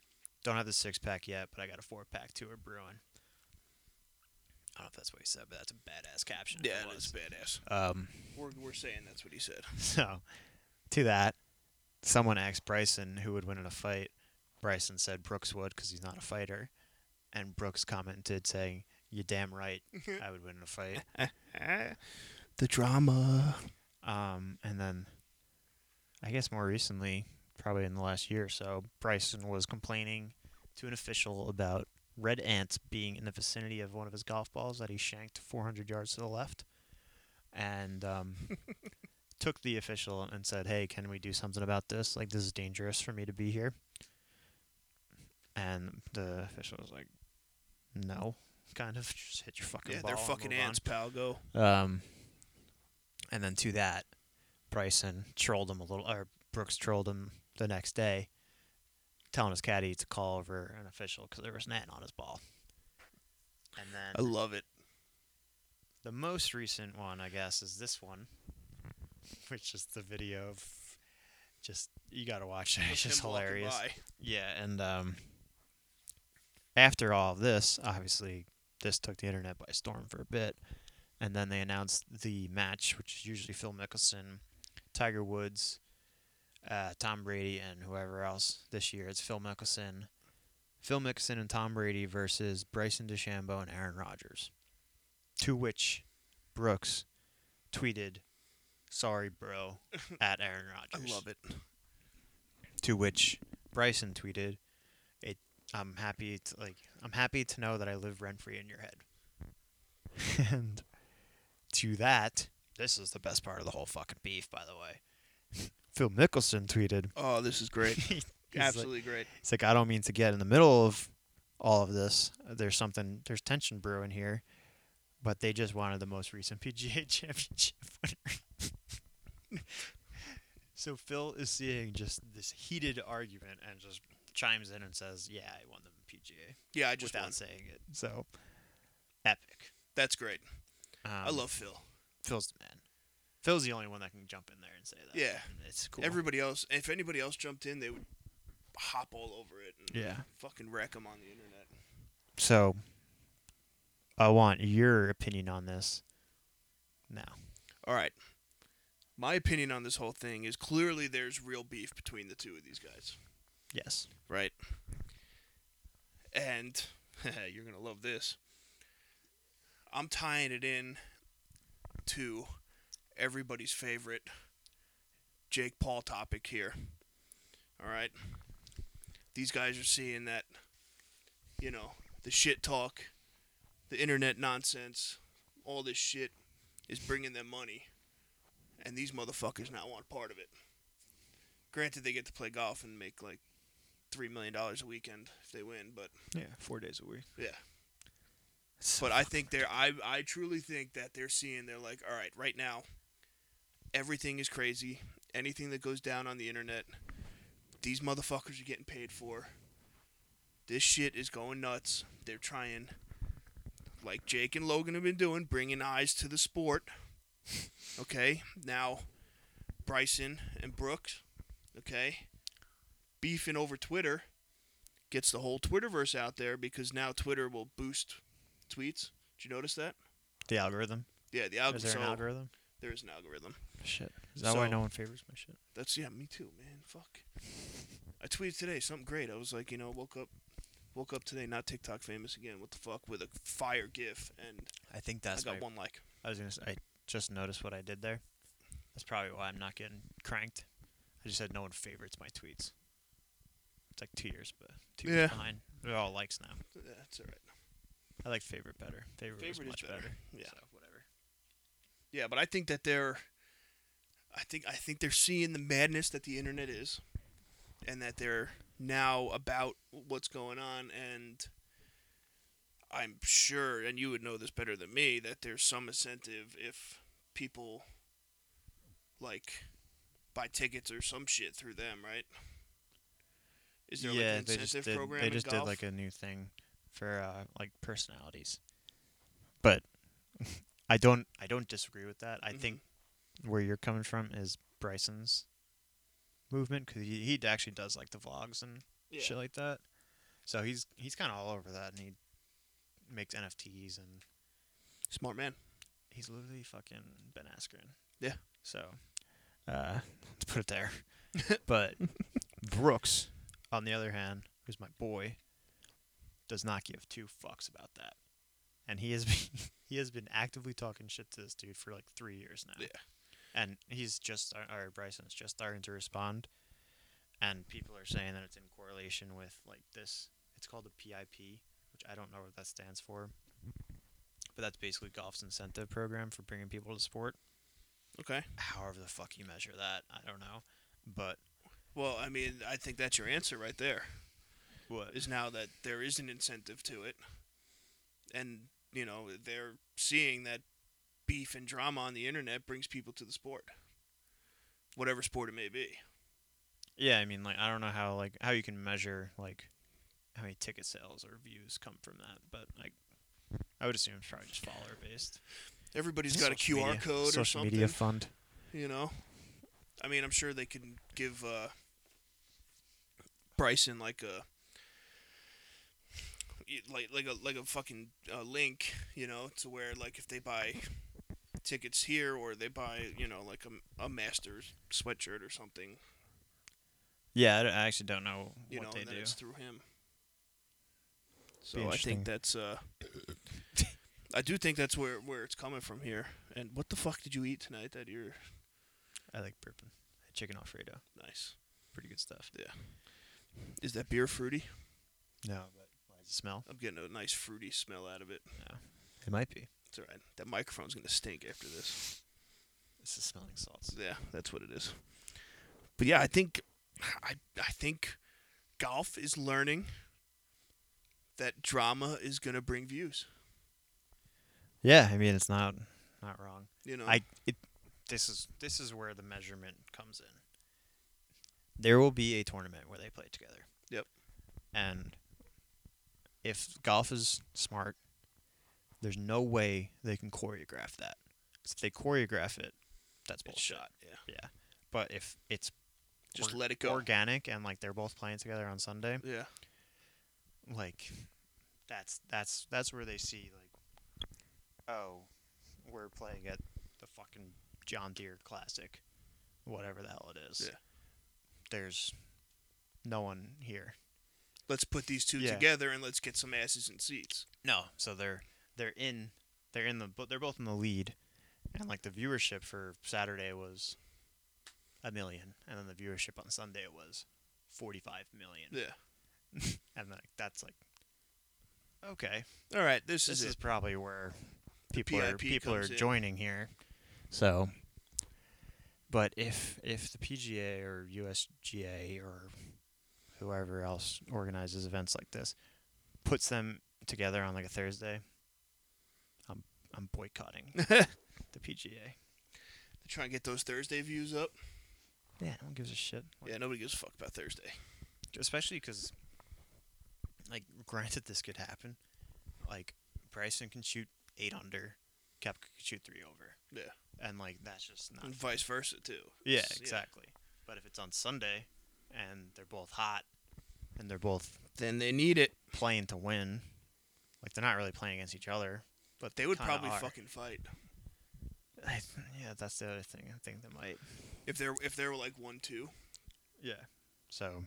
A: "Don't have the six pack yet, but I got a four pack tour brewing." I don't know if that's what he said, but that's a badass caption. if it
B: Yeah,
A: was.
B: that's badass.
A: Um,
B: We're, we're saying that's what he said.
A: (laughs) so, to that, someone asked Bryson who would win in a fight. Bryson said Brooks would because he's not a fighter. And Brooks commented saying, You're damn right, I would win in a fight.
B: the drama.
A: Um, and then, I guess more recently, probably in the last year or so, Bryson was complaining to an official about red ants being in the vicinity of one of his golf balls that he shanked 400 yards to the left, and
B: (laughs)
A: um, took the official and said, "Hey, can we do something about this? Like, this is dangerous for me to be here." And the official was like, "No." (laughs) Kind of just hit your fucking
B: Yeah,
A: ball.
B: they're
A: and
B: fucking
A: move on."
B: ants, pal. Go.
A: Um, and then to that, Bryson trolled him a little, or Brooks trolled him the next day, telling his caddy to call over an official because there was an ant on his ball. And
B: I
A: then
B: love it.
A: the most recent one, I guess, is this one, (laughs) which is the video of just you got to watch it. It's
B: Him
A: just
B: walking
A: hilarious.
B: by.
A: Yeah, and um, after all of this, obviously, this took the internet by storm for a bit, and then they announced the match, which is usually Phil Mickelson, Tiger Woods, uh, Tom Brady, and whoever else. This year, it's Phil Mickelson, Phil Mickelson, and Tom Brady versus Bryson DeChambeau and Aaron Rodgers. To which Brooks tweeted, "Sorry,
B: (laughs)
A: bro," at Aaron Rodgers
B: I love it.
A: to which Bryson tweeted, "It I'm happy to like I'm happy to know that I live rent free in your head." (laughs) and to that, this is the best part of the whole fucking beef, by the way. (laughs) Phil Mickelson tweeted,
B: Oh, this is great.
A: (laughs) he's like,
B: Absolutely great.
A: he's like, I don't mean to get in the middle of all of this. There's something, there's tension brewing here, but they just wanted the most recent (laughs) PGA championship winner. (laughs) so Phil is seeing just this heated argument and just chimes in and says, Yeah, I won the PGA
B: Yeah, I just
A: without
B: won.
A: saying it. So epic.
B: That's great.
A: Um,
B: I love Phil.
A: Phil's the man. Phil's the only one that can jump in there and say that.
B: Yeah.
A: And It's cool.
B: Everybody else, if anybody else jumped in, they would hop all over it and
A: yeah.
B: fucking wreck them on the internet.
A: So, I want your opinion on this. Now,
B: All right. My opinion on this whole thing is clearly there's real beef between the two of these guys,
A: yes,
B: right? And (laughs) you're going to love this. I'm tying it in to everybody's favorite Jake Paul topic here. All right. These guys are seeing that, you know, the shit talk, the internet nonsense, all this shit is bringing them money, and these motherfuckers not want part of it. Granted, they get to play golf and make like three million dollars a weekend if they win, but
A: yeah, four days a week.
B: Yeah.
A: So,
B: but I think they're I I truly think that they're seeing they're like all right right now, everything is crazy. Anything that goes down on the internet, these motherfuckers are getting paid for. This shit is going nuts. They're trying, like Jake and Logan have been doing, bringing eyes to the sport. Okay, now Bryson and Brooks, okay, beefing over Twitter gets the whole Twitterverse out there because now Twitter will boost tweets. Did you notice that?
A: the algorithm.
B: Yeah, the
A: Is
B: algorithm.
A: there an algorithm?
B: There is an algorithm.
A: Shit. Is that why
B: So-
A: no one favors my shit?
B: That's yeah, me too, man. Fuck. I tweeted today something great. I was like, you know, woke up, woke up today, not TikTok famous again. What the fuck with a fire GIF, and
A: I think that's.
B: I
A: my-
B: got one like.
A: I was gonna. Say, I just noticed what I did there. That's probably why I'm not getting cranked. I just said no one favorites my tweets. It's like two years, but two
B: Yeah.
A: years behind. They're all likes now.
B: That's all right.
A: I like favorite better. Favorite, was
B: Favorite is
A: much
B: better. Yeah,
A: So whatever.
B: yeah, but I think that they're, I think I think they're seeing the madness that the internet is, and that they're now about what's going on, and I'm sure, and you would know this better than me, that there's some incentive if people like buy tickets or some shit through them, right? Is there
A: yeah,
B: like an
A: they just
B: incentive
A: did.
B: program?
A: They
B: in
A: just
B: golf?
A: did like a new thing for uh, like personalities. But (laughs) I don't. I don't disagree with that. I
B: Mhm.
A: think where you're coming from is Bryson's movement because he, he actually does like the vlogs and
B: Yeah.
A: shit like that. So he's he's kind of all over that, and he makes NFTs, and
B: Smart man.
A: he's literally fucking Ben Askren.
B: Yeah.
A: So, uh, (laughs) let's put it there. but Brooks, on the other hand, who's my boy, does not give two fucks about that, and he has (laughs) been he has been actively talking shit to this dude for like three years now.
B: Yeah.
A: And he's just or Bryson's just starting to respond, and people are saying that it's in correlation with like this. It's called a PIP, which I don't know what that stands for, but that's basically golf's incentive program for bringing people to sport.
B: Okay.
A: However the fuck you measure that, I don't know. But
B: Well, I mean, I think that's your answer right there.
A: what
B: Is now that there is an incentive to it, and you know they're seeing that beef and drama on the internet brings people to the sport, whatever sport it may be.
A: Yeah, I mean, like I don't know how like how you can measure like how many ticket sales or views come from that, but like I would assume it's probably just follower based.
B: Everybody's got a QR code or something.
A: fund.
B: You know, I mean, I'm sure they can give uh, Bryson like a like like a like a fucking uh, link, you know, to where like if they buy tickets here or they buy you know like a, a Masters sweatshirt or something,
A: Yeah, I, don't- I actually don't know
B: you
A: what
B: know,
A: they
B: and then
A: do.
B: it's through him.
A: Be
B: So I
A: interesting.
B: think that's uh, I do think that's where where it's coming from here. And what the fuck did you eat tonight? That you're
A: I like bourbon, chicken alfredo,
B: nice.
A: pretty good stuff.
B: Is that beer fruity?
A: No, but does it smell?
B: I'm getting a nice fruity smell out of it.
A: It might be.
B: It's all right. That microphone's gonna stink after this.
A: It's the smelling salts.
B: Yeah, that's what it is. But yeah, I think I I think golf is learning that drama is gonna bring views.
A: Yeah, I mean it's not not wrong.
B: You know,
A: I it, this is this is where the measurement comes in. There will be a tournament where they play together.
B: Yep.
A: And if golf is smart, there's no way they can choreograph that. 'Cause if they choreograph it, that's
B: it's
A: bullshit.
B: shot. Yeah,
A: But if it's
B: just
A: Or-
B: let it go.
A: organic and like they're both playing together on Sunday,
B: yeah,
A: like that's that's that's where they see like oh we're playing at the fucking John Deere Classic whatever the hell it is
B: Yeah.
A: there's no one here
B: let's put these two
A: Yeah.
B: together and let's get some asses in seats.
A: no so they're they're in they're in the but they're both in the lead and like the viewership for Saturday was a million and then the viewership on Sunday was 45 million
B: Yeah.
A: and like that's like okay
B: All right, this,
A: this
B: is,
A: is
B: it.
A: probably where people are
B: PIP
A: people are
B: comes in.
A: joining here. So, but if if the PGA or USGA or whoever else organizes events like this puts them together on like a Thursday, I'm I'm boycotting the PGA.
B: Try and get those Thursday views up.
A: Yeah, no one gives a shit. Like,
B: Yeah, nobody gives a fuck about Thursday.
A: especially because, like, granted this could happen, like Bryson can shoot eight under, Kepka could shoot three over.
B: Yeah.
A: and like that's just not.
B: And vice versa too.
A: Yeah,
B: It's-
A: exactly. But if it's on Sunday, and they're both hot, and they're both
B: Then they need it.
A: playing to win, like they're not really playing against each other.
B: But they would
A: Kinda
B: probably
A: are.
B: fucking fight.
A: I th- yeah, that's the other thing. I think they might.
B: If they're if they were like one two.
A: Yeah. So,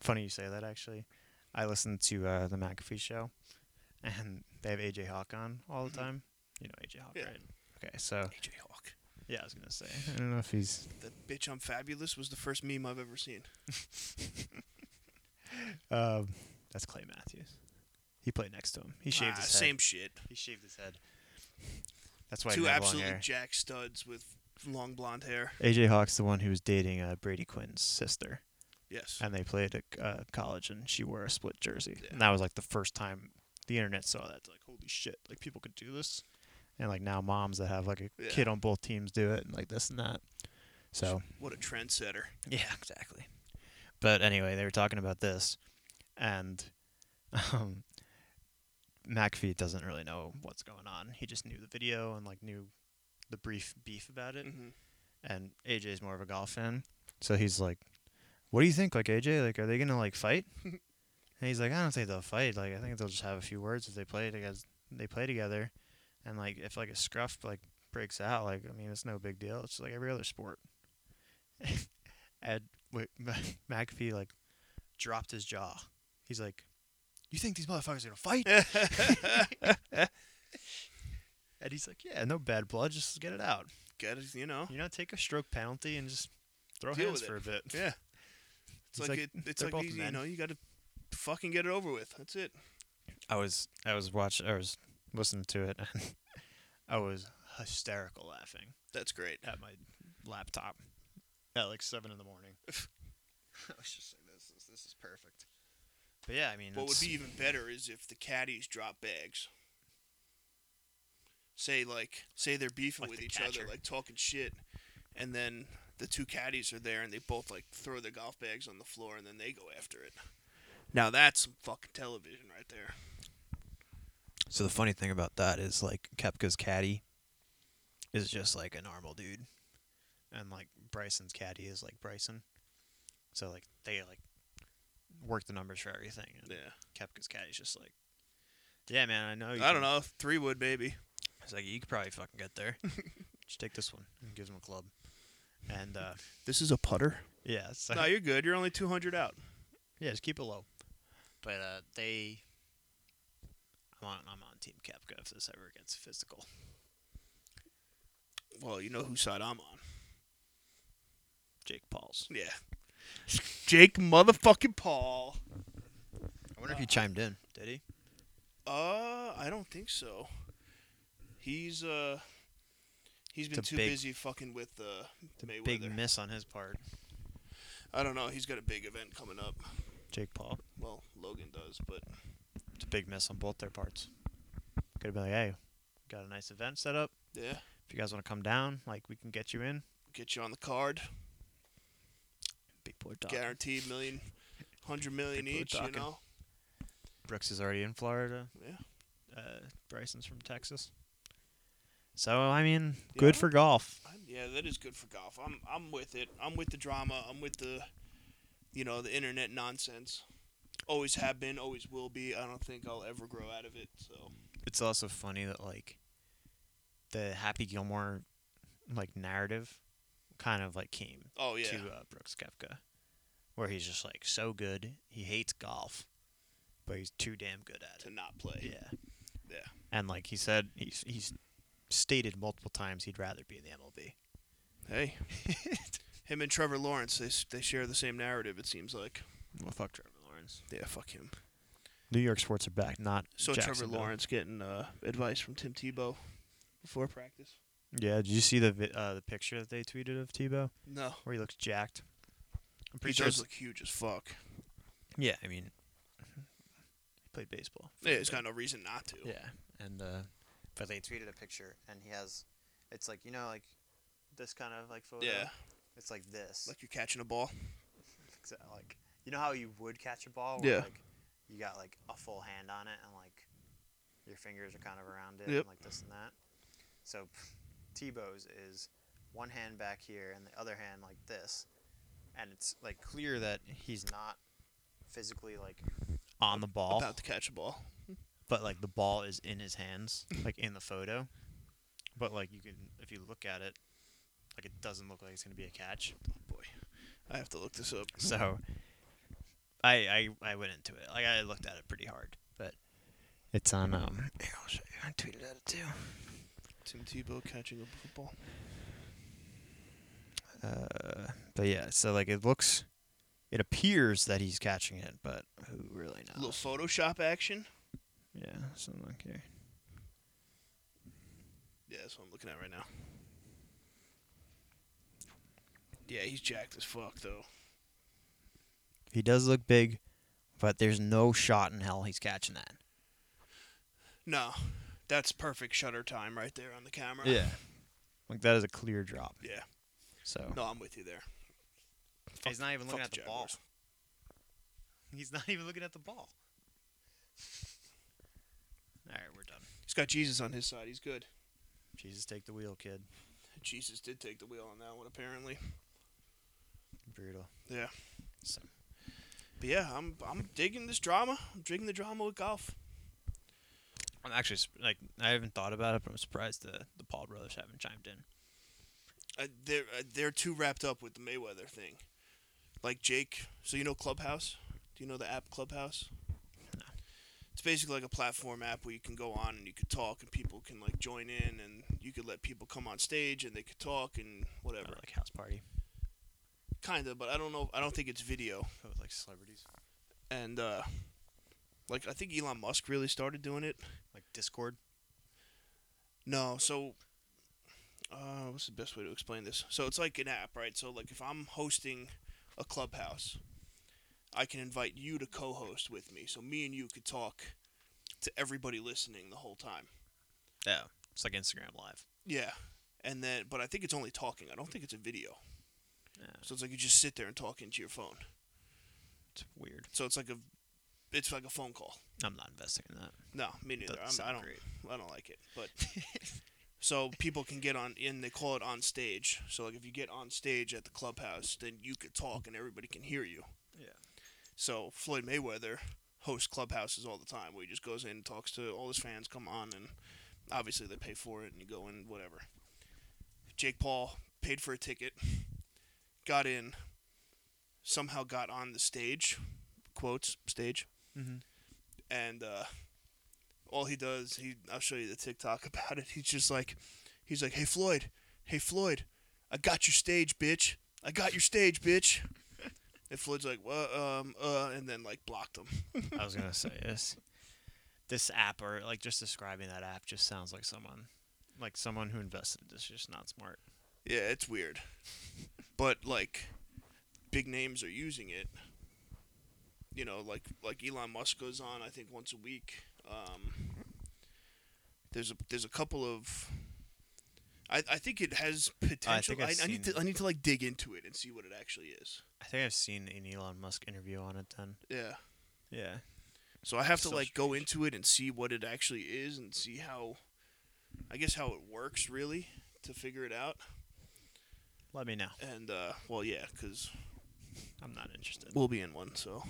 A: funny you say that. Actually, I listen to uh, the McAfee show, and they have AJ Hawk on all the
B: Mhm.
A: time. You know AJ Hawk,
B: Yeah.
A: right? Okay, so
B: AJ Hawk.
A: yeah, I was gonna say I don't know if he's
B: That bitch I'm fabulous was the first meme I've ever seen.
A: um, that's Clay Matthews. He played next to him. He shaved
B: Ah,
A: his head.
B: same shit.
A: He shaved his head. That's why
B: Two
A: he had long
B: absolutely
A: hair.
B: jack studs with long blonde hair.
A: AJ Hawk's the one who was dating uh, Brady Quinn's sister,
B: Yes.
A: and they played at uh, college, and she wore a split jersey,
B: Yeah.
A: and that was like the first time the internet saw that. It's like, holy shit, like people could do this, and like now moms that have like a
B: Yeah.
A: kid on both teams do it, and like this and that. So
B: What a trendsetter.
A: (laughs) yeah, exactly. But anyway, they were talking about this, and (laughs) um, McAfee doesn't really (laughs) know what's going on. He just knew the video and like knew the brief beef about it,
B: hmm
A: and AJ's more of a golf fan, so he's like, "What do you think, like AJ? Like, are they gonna like fight?" and he's like, "I don't think they'll fight. Like, I think they'll just have a few words if they play together. They play together, and like if like a scruff like breaks out, like I mean, it's no big deal. It's just like every other sport." (laughs) and wait, (laughs) McAfee like dropped his jaw. He's like, "You think these motherfuckers are gonna fight?"
B: (laughs)
A: (laughs) and he's like, "Yeah, no bad blood. Just get it out.
B: Get it, you know.
A: You know, take a stroke penalty and just throw
B: Deal
A: hands
B: with
A: for a bit."
B: Yeah. It's,
A: He's like,
B: like, it, it's
A: they're
B: like
A: both
B: easy, you
A: men.
B: know, you got to fucking get it over with. That's it.
A: I was I was watching I was listening to it and (laughs) I was hysterical laughing
B: That's great.
A: at my laptop at like seven in the morning. I was just like, this is this is perfect. But yeah, I mean,
B: What would
A: it's-
B: be even better is if the caddies drop bags. Say like say they're beefing
A: Like
B: with
A: the
B: each
A: catcher.
B: other, like talking shit, and then the two caddies are there and they both like throw their golf bags on the floor and then they go after it. Now that's some fucking television right there.
A: So the funny thing about that is like Kepka's caddy is just like a normal dude, and like Bryson's caddy is like Bryson. So like they like work the numbers for everything, and
B: Yeah.
A: Kepka's caddy's just like, yeah, man, I know. You
B: I
A: can-
B: don't know, three wood maybe.
A: He's like, you could probably fucking get
B: (laughs)
A: there. Just take this one. And gives him a club. And uh,
B: This is a putter.
A: yeah, so,
B: No, you're good. You're only two hundred out.
A: yeah, just keep it low. But uh, they, I'm on, I'm on Team Capco if this ever gets physical.
B: Well, you know whose side I'm on.
A: Jake Paul's.
B: Yeah. Jake motherfucking Paul.
A: I wonder if he chimed in. Did he?
B: Uh, I don't think so. He's uh, he's been
A: It's a
B: too
A: big-
B: busy fucking with uh Mayweather.
A: Big miss on his part.
B: I don't know. He's got a big event coming up.
A: Jake Paul.
B: Well, Logan does, but
A: It's a big miss on both their parts. Could have been like, hey, got a nice event set up.
B: yeah,
A: If you guys want to come down, like, we can get you in.
B: get you on the card,
A: Big boy talk.
B: guaranteed million, hundred million
A: People are
B: each. You
A: talking.
B: know,
A: Brooks is already in Florida.
B: Yeah.
A: Uh, Bryson's from Texas. So I mean,
B: Yeah.
A: good for golf.
B: I, yeah, that is good for golf. I'm I'm with it. I'm with the drama. I'm with the, you know, the internet nonsense. Always have been. Always will be. I don't think I'll ever grow out of it. So
A: It's also funny that like the Happy Gilmore like narrative kind of like came
B: oh yeah,
A: to uh, Brooks Koepka, where he's just like so good. He hates golf, but he's too damn good at
B: to
A: it.
B: not play.
A: Yeah.
B: Yeah.
A: And like he said, he's he's stated multiple times he'd rather be in the MLB.
B: Hey, (laughs) him and Trevor Lawrence, they s- they share the same narrative. It seems like.
A: Well, fuck Trevor Lawrence.
B: Yeah, fuck him.
A: New York sports are back, not
B: So Trevor
A: Jacksonville.
B: Lawrence getting uh, advice from Tim Tebow before practice.
A: Yeah, did you see the vi- uh, the picture that they tweeted of Tebow
B: No,
A: where he looks jacked? I'm
B: he
A: pretty sure.
B: does
A: it's-
B: look huge as fuck.
A: yeah, I mean, he played baseball. for
B: Yeah,
A: a
B: he's
A: bit.
B: got no reason not to.
A: Yeah, and uh, but they tweeted a picture, and he has. It's like you know, like this kind of like photo.
B: Yeah,
A: It's like this.
B: like you're catching a ball.
A: Exa- like you know how you would catch a ball.
B: Yeah.
A: Like, you got like a full hand on it, and like your fingers are kind of around it,
B: Yep.
A: and like this and that. So Tebow's is one hand back here and the other hand like this, and it's like clear that he's not physically like on the ball,
B: About to catch a ball.
A: but like the ball is in his hands, like in the photo. But like you can, if you look at it, like it doesn't look like it's gonna be a catch.
B: Boy, I have to look this up.
A: So I, I I went into it. Like I looked at it pretty hard, but it's on um here, I'll show you. I tweeted at it too.
B: Tim Tebow catching a football.
A: Uh but yeah, so like it looks it appears that he's catching it, but who really
B: A little
A: knows?
B: Photoshop action.
A: Yeah, something like here.
B: Yeah, that's what I'm looking at right now. Yeah, he's jacked as fuck though.
A: He does look big, but there's no shot in hell he's catching that.
B: No, that's perfect shutter time right there on the camera.
A: Like that is a clear drop.
B: Yeah.
A: So
B: No, I'm with you there.
A: he's not even looking
B: fuck
A: at
B: the
A: the ball.
B: Jaguars.
A: He's not even looking at the ball. (laughs) All right, we're done.
B: He's got Jesus on his side. He's good.
A: Jesus, take the wheel, kid.
B: Jesus did take the wheel on that one, apparently.
A: Brutal.
B: Yeah.
A: So
B: But yeah, I'm I'm digging this drama. I'm digging the drama with golf.
A: I'm actually sur- like I haven't thought about it, but I'm surprised the the Paul brothers haven't chimed in.
B: Uh, they're uh, they're too wrapped up with the Mayweather thing. Like Jake, so you know Clubhouse? Do you know the app Clubhouse?
A: No.
B: It's basically like a platform app where you can go on and you could talk and people can like join in and you could let people come on stage and they could talk and
A: Or,
B: whatever.
A: like house party
B: Kind of, but I don't know. I don't think it's video.
A: but with like celebrities,
B: and uh like I think Elon Musk really started doing it.
A: like Discord.
B: No, so uh what's the best way to explain this? So it's like an app, right? So like if I'm hosting a clubhouse, I can invite you to co-host with me. So me and you could talk to everybody listening the whole time.
A: Yeah, it's like Instagram Live.
B: Yeah. And then but I think it's only talking. I don't think it's a video.
A: Yeah,
B: So it's like you just sit there and talk into your phone.
A: it's weird.
B: So it's like a it's like a phone call.
A: I'm not investing in that.
B: No, me neither.
A: Doesn't
B: I'm, I
A: sound
B: don't
A: great.
B: I don't like it, but (laughs) so people can get on in. They call it on stage. So like if you get on stage at the clubhouse, then you could talk and everybody can hear you.
A: Yeah.
B: So Floyd Mayweather hosts clubhouses all the time, where he just goes in and talks to all his fans. Come on, and obviously they pay for it, and you go in whatever. Jake Paul paid for a ticket, got in, somehow got on the stage, quotes stage,
A: Mm-hmm.
B: and uh, all he does, he I'll show you the TikTok (laughs) about it. He's just like, he's like, hey Floyd, hey Floyd, I got your stage, bitch. I got your stage, bitch. and Floyd's like, well, um, uh, and then like blocked him.
A: I was gonna say
B: (laughs)
A: this. This app, or like just describing that app, just sounds like someone, like someone who invested. It's just not smart.
B: Yeah, it's weird, but like, big names are using it. You know, like like Elon Musk goes on, I think once a week. Um, there's a there's a couple of. I, I think it has potential. I,
A: I've
B: I, need
A: seen-
B: to I need to like dig into it and see what it actually is.
A: I think I've seen an Elon Musk interview on it. Then.
B: Yeah.
A: Yeah.
B: So I have to
A: So
B: like go into it and see what it actually is and see how, I guess how it works really to figure it out.
A: Let me know.
B: And uh, well, yeah, because
A: I'm not interested.
B: We'll be in one, so.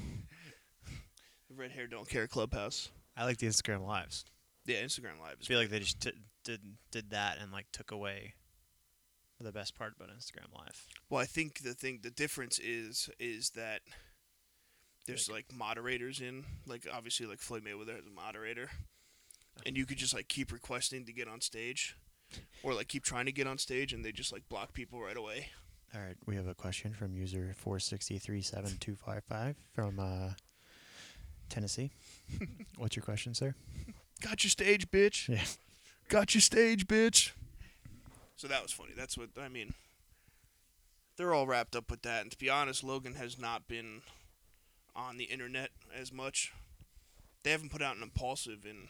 B: The Red Hair Don't Care Clubhouse.
A: I like the Instagram lives.
B: Yeah, Instagram Live
A: I
B: is.
A: feel like they just t- did did that and like took away the best part about Instagram Live.
B: Well, I think the thing, the difference is, is that there's like moderators in, like obviously like Floyd Mayweather has a moderator, and you could just like keep requesting to get on stage, or like keep trying to get on stage, and they just like block people right away.
A: All right, we have a question from user four sixty three seven two five five from uh, (laughs) Tennessee. What's your question, sir?
B: Got your stage, bitch.
A: Yeah.
B: Got your stage, bitch. So that was funny. That's what I mean. They're all wrapped up with that, and to be honest, Logan has not been on the internet as much. They haven't put out an impulsive in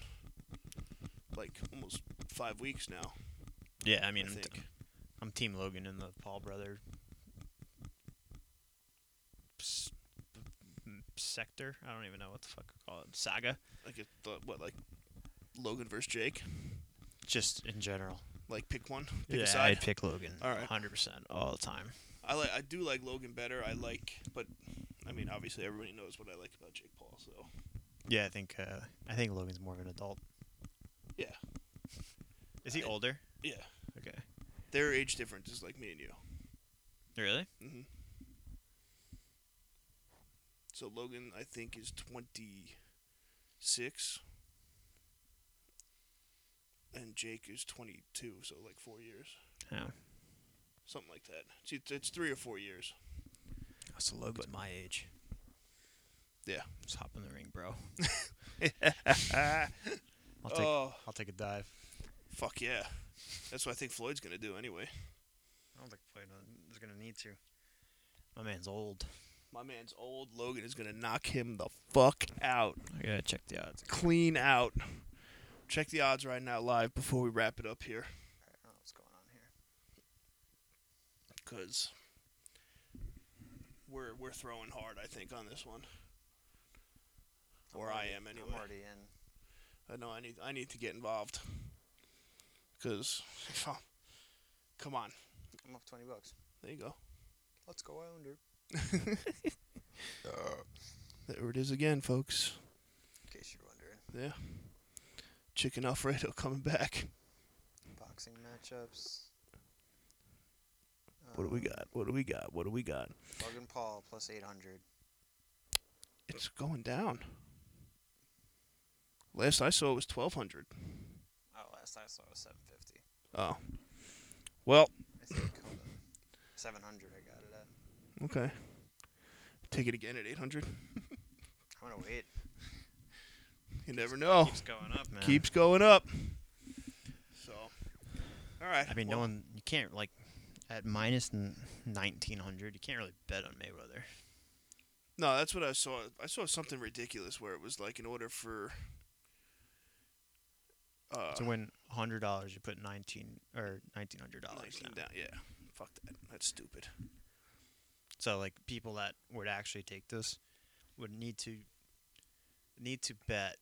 B: like almost five weeks now.
A: Yeah, I
B: I,
A: mean, I'm,
B: think.
A: I'm Team Logan and the Paul brother s- m- sector. I don't even know what the fuck to call it. Saga,
B: like it, the, what like Logan versus Jake.
A: just in general.
B: Like pick one, pick a side.
A: pick Logan.
B: All right.
A: hundred percent all the time.
B: I like I do like Logan better. I like, but I mean, obviously everybody knows what I like about Jake Paul. So
A: Yeah, I think uh, I think Logan's more of an adult.
B: Yeah.
A: Is he
B: I-
A: older?
B: yeah,
A: Okay.
B: their age difference is like me and you.
A: Really?
B: hmm So Logan, I think, is 26, and Jake is 22. So like four years,
A: Yeah.
B: something like that. It's, it's three or four years.
A: So Logan's my age.
B: Yeah.
A: Just hop in the ring, bro.
B: Ah,
A: I'll take
B: oh,
A: I'll take a dive.
B: fuck yeah! That's what I think Floyd's gonna do anyway.
A: I don't think Floyd is gonna need to. My man's old.
B: My man's old Logan is gonna knock him the fuck out,
A: I gotta check the odds.
B: clean out. Check the odds right now, live before we wrap it up here.
A: I don't know what's going on here.
B: because we're we're throwing hard. I think on this one, or I am anyway.
A: I'm already in.
B: (laughs) I know I need I need to get involved because Come on.
C: I'm up 20 bucks.
B: There you go.
C: Let's go Islander.
B: There it is again, folks.
C: In case you're wondering.
B: Chicken Alfredo (laughs) coming back.
C: Boxing matchups.
B: What do we
C: Um,
B: got? What do we got? What do we got?
C: Logan Paul plus 800.
B: It's going down. Last I saw it was 1200.
C: Oh, last I saw it was 750.
B: Oh. Well,
C: I think. Hold on. 700 I got it at.
B: okay. Take it again at 800.
C: I'm going to wait.
B: You never know.
A: Keeps going up, man.
B: Keeps going up. So. All right.
A: I mean,
B: well,
A: no one. You can't like at minus nineteen hundred. You can't really bet on Mayweather.
B: No, that's what I saw. I saw something ridiculous where it was like in order for uh,
A: to win hundred dollars, you put nineteen or nineteen hundred dollars.
B: 19 down. Yeah. Fuck that. That's stupid.
A: So like people that would actually take this would need to need to bet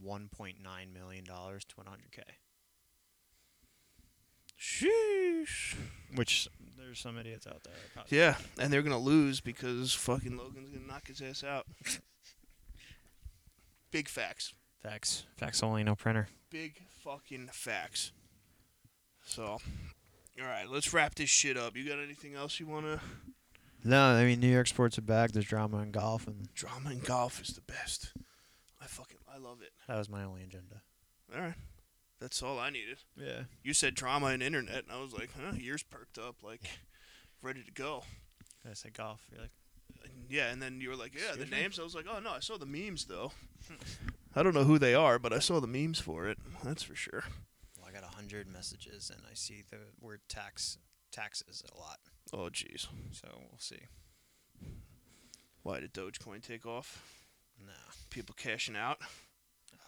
A: one point nine million dollars to one hundred k.
B: Sheesh.
A: Which there's some idiots out there. that Probably
B: Yeah, and they're gonna lose because fucking Logan's gonna knock his ass out. Big facts.
A: Facts. Facts only. No printer.
B: Big fucking facts. So, all right, let's wrap this shit up. You got anything else you wanna?
A: No, I mean New York sports are back. There's drama in golf, and
B: Drama in golf is the best. I fucking I love it.
A: that was my only agenda.
B: All right, that's all I needed.
A: Yeah.
B: You said drama and internet, and I was like, huh? Ears perked up, like ready to go.
A: I said golf. You're like,
B: Yeah, and then you were like, yeah,
A: Excuse
B: the
A: me?
B: names. I was like, oh no, I saw the memes though. I don't know who they are, but I saw the memes for it. That's for sure.
A: well, I got a hundred messages, and I see the word tax taxes a lot.
B: Oh jeez,
A: So we'll see.
B: why did Dogecoin take off?
A: No.
B: People cashing out.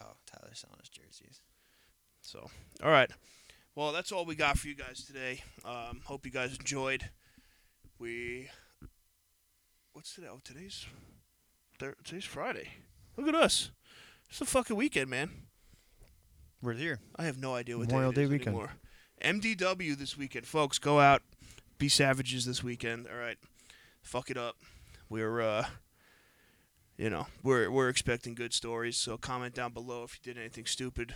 A: Oh, Tyler's selling his jerseys.
B: So, all right. Well, that's all we got for you guys today. Um, hope you guys enjoyed. We what's today? Oh, today's Thur- today's Friday. Look at us. It's a fucking weekend, man.
A: We're here.
B: I have no idea what
A: Memorial
B: day, it is
A: Day weekend.
B: anymore. MDW this weekend, folks. Go out, be savages this weekend. All right, fuck it up. We're uh, you know, we're we're expecting good stories. So comment down below if you did anything stupid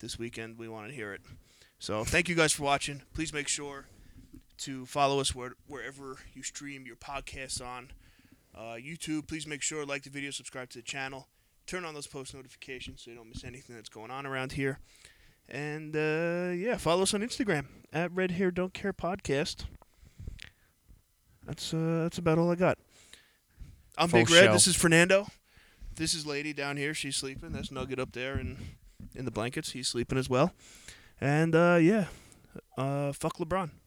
B: this weekend. We want to hear it. So thank you guys for watching. Please make sure to follow us where, wherever you stream your podcasts on uh, YouTube. Please make sure to like the video, subscribe to the channel, turn on those post notifications so you don't miss anything that's going on around here. And uh, yeah, follow us on Instagram at Red Hair Don't Care Podcast. That's uh, that's about all I got. I'm
A: Full
B: Big Red.
A: show.
B: This is Fernando. This is Lady down here. She's sleeping. That's Nugget up there in in the blankets. He's sleeping as well. And uh, yeah, uh, fuck LeBron.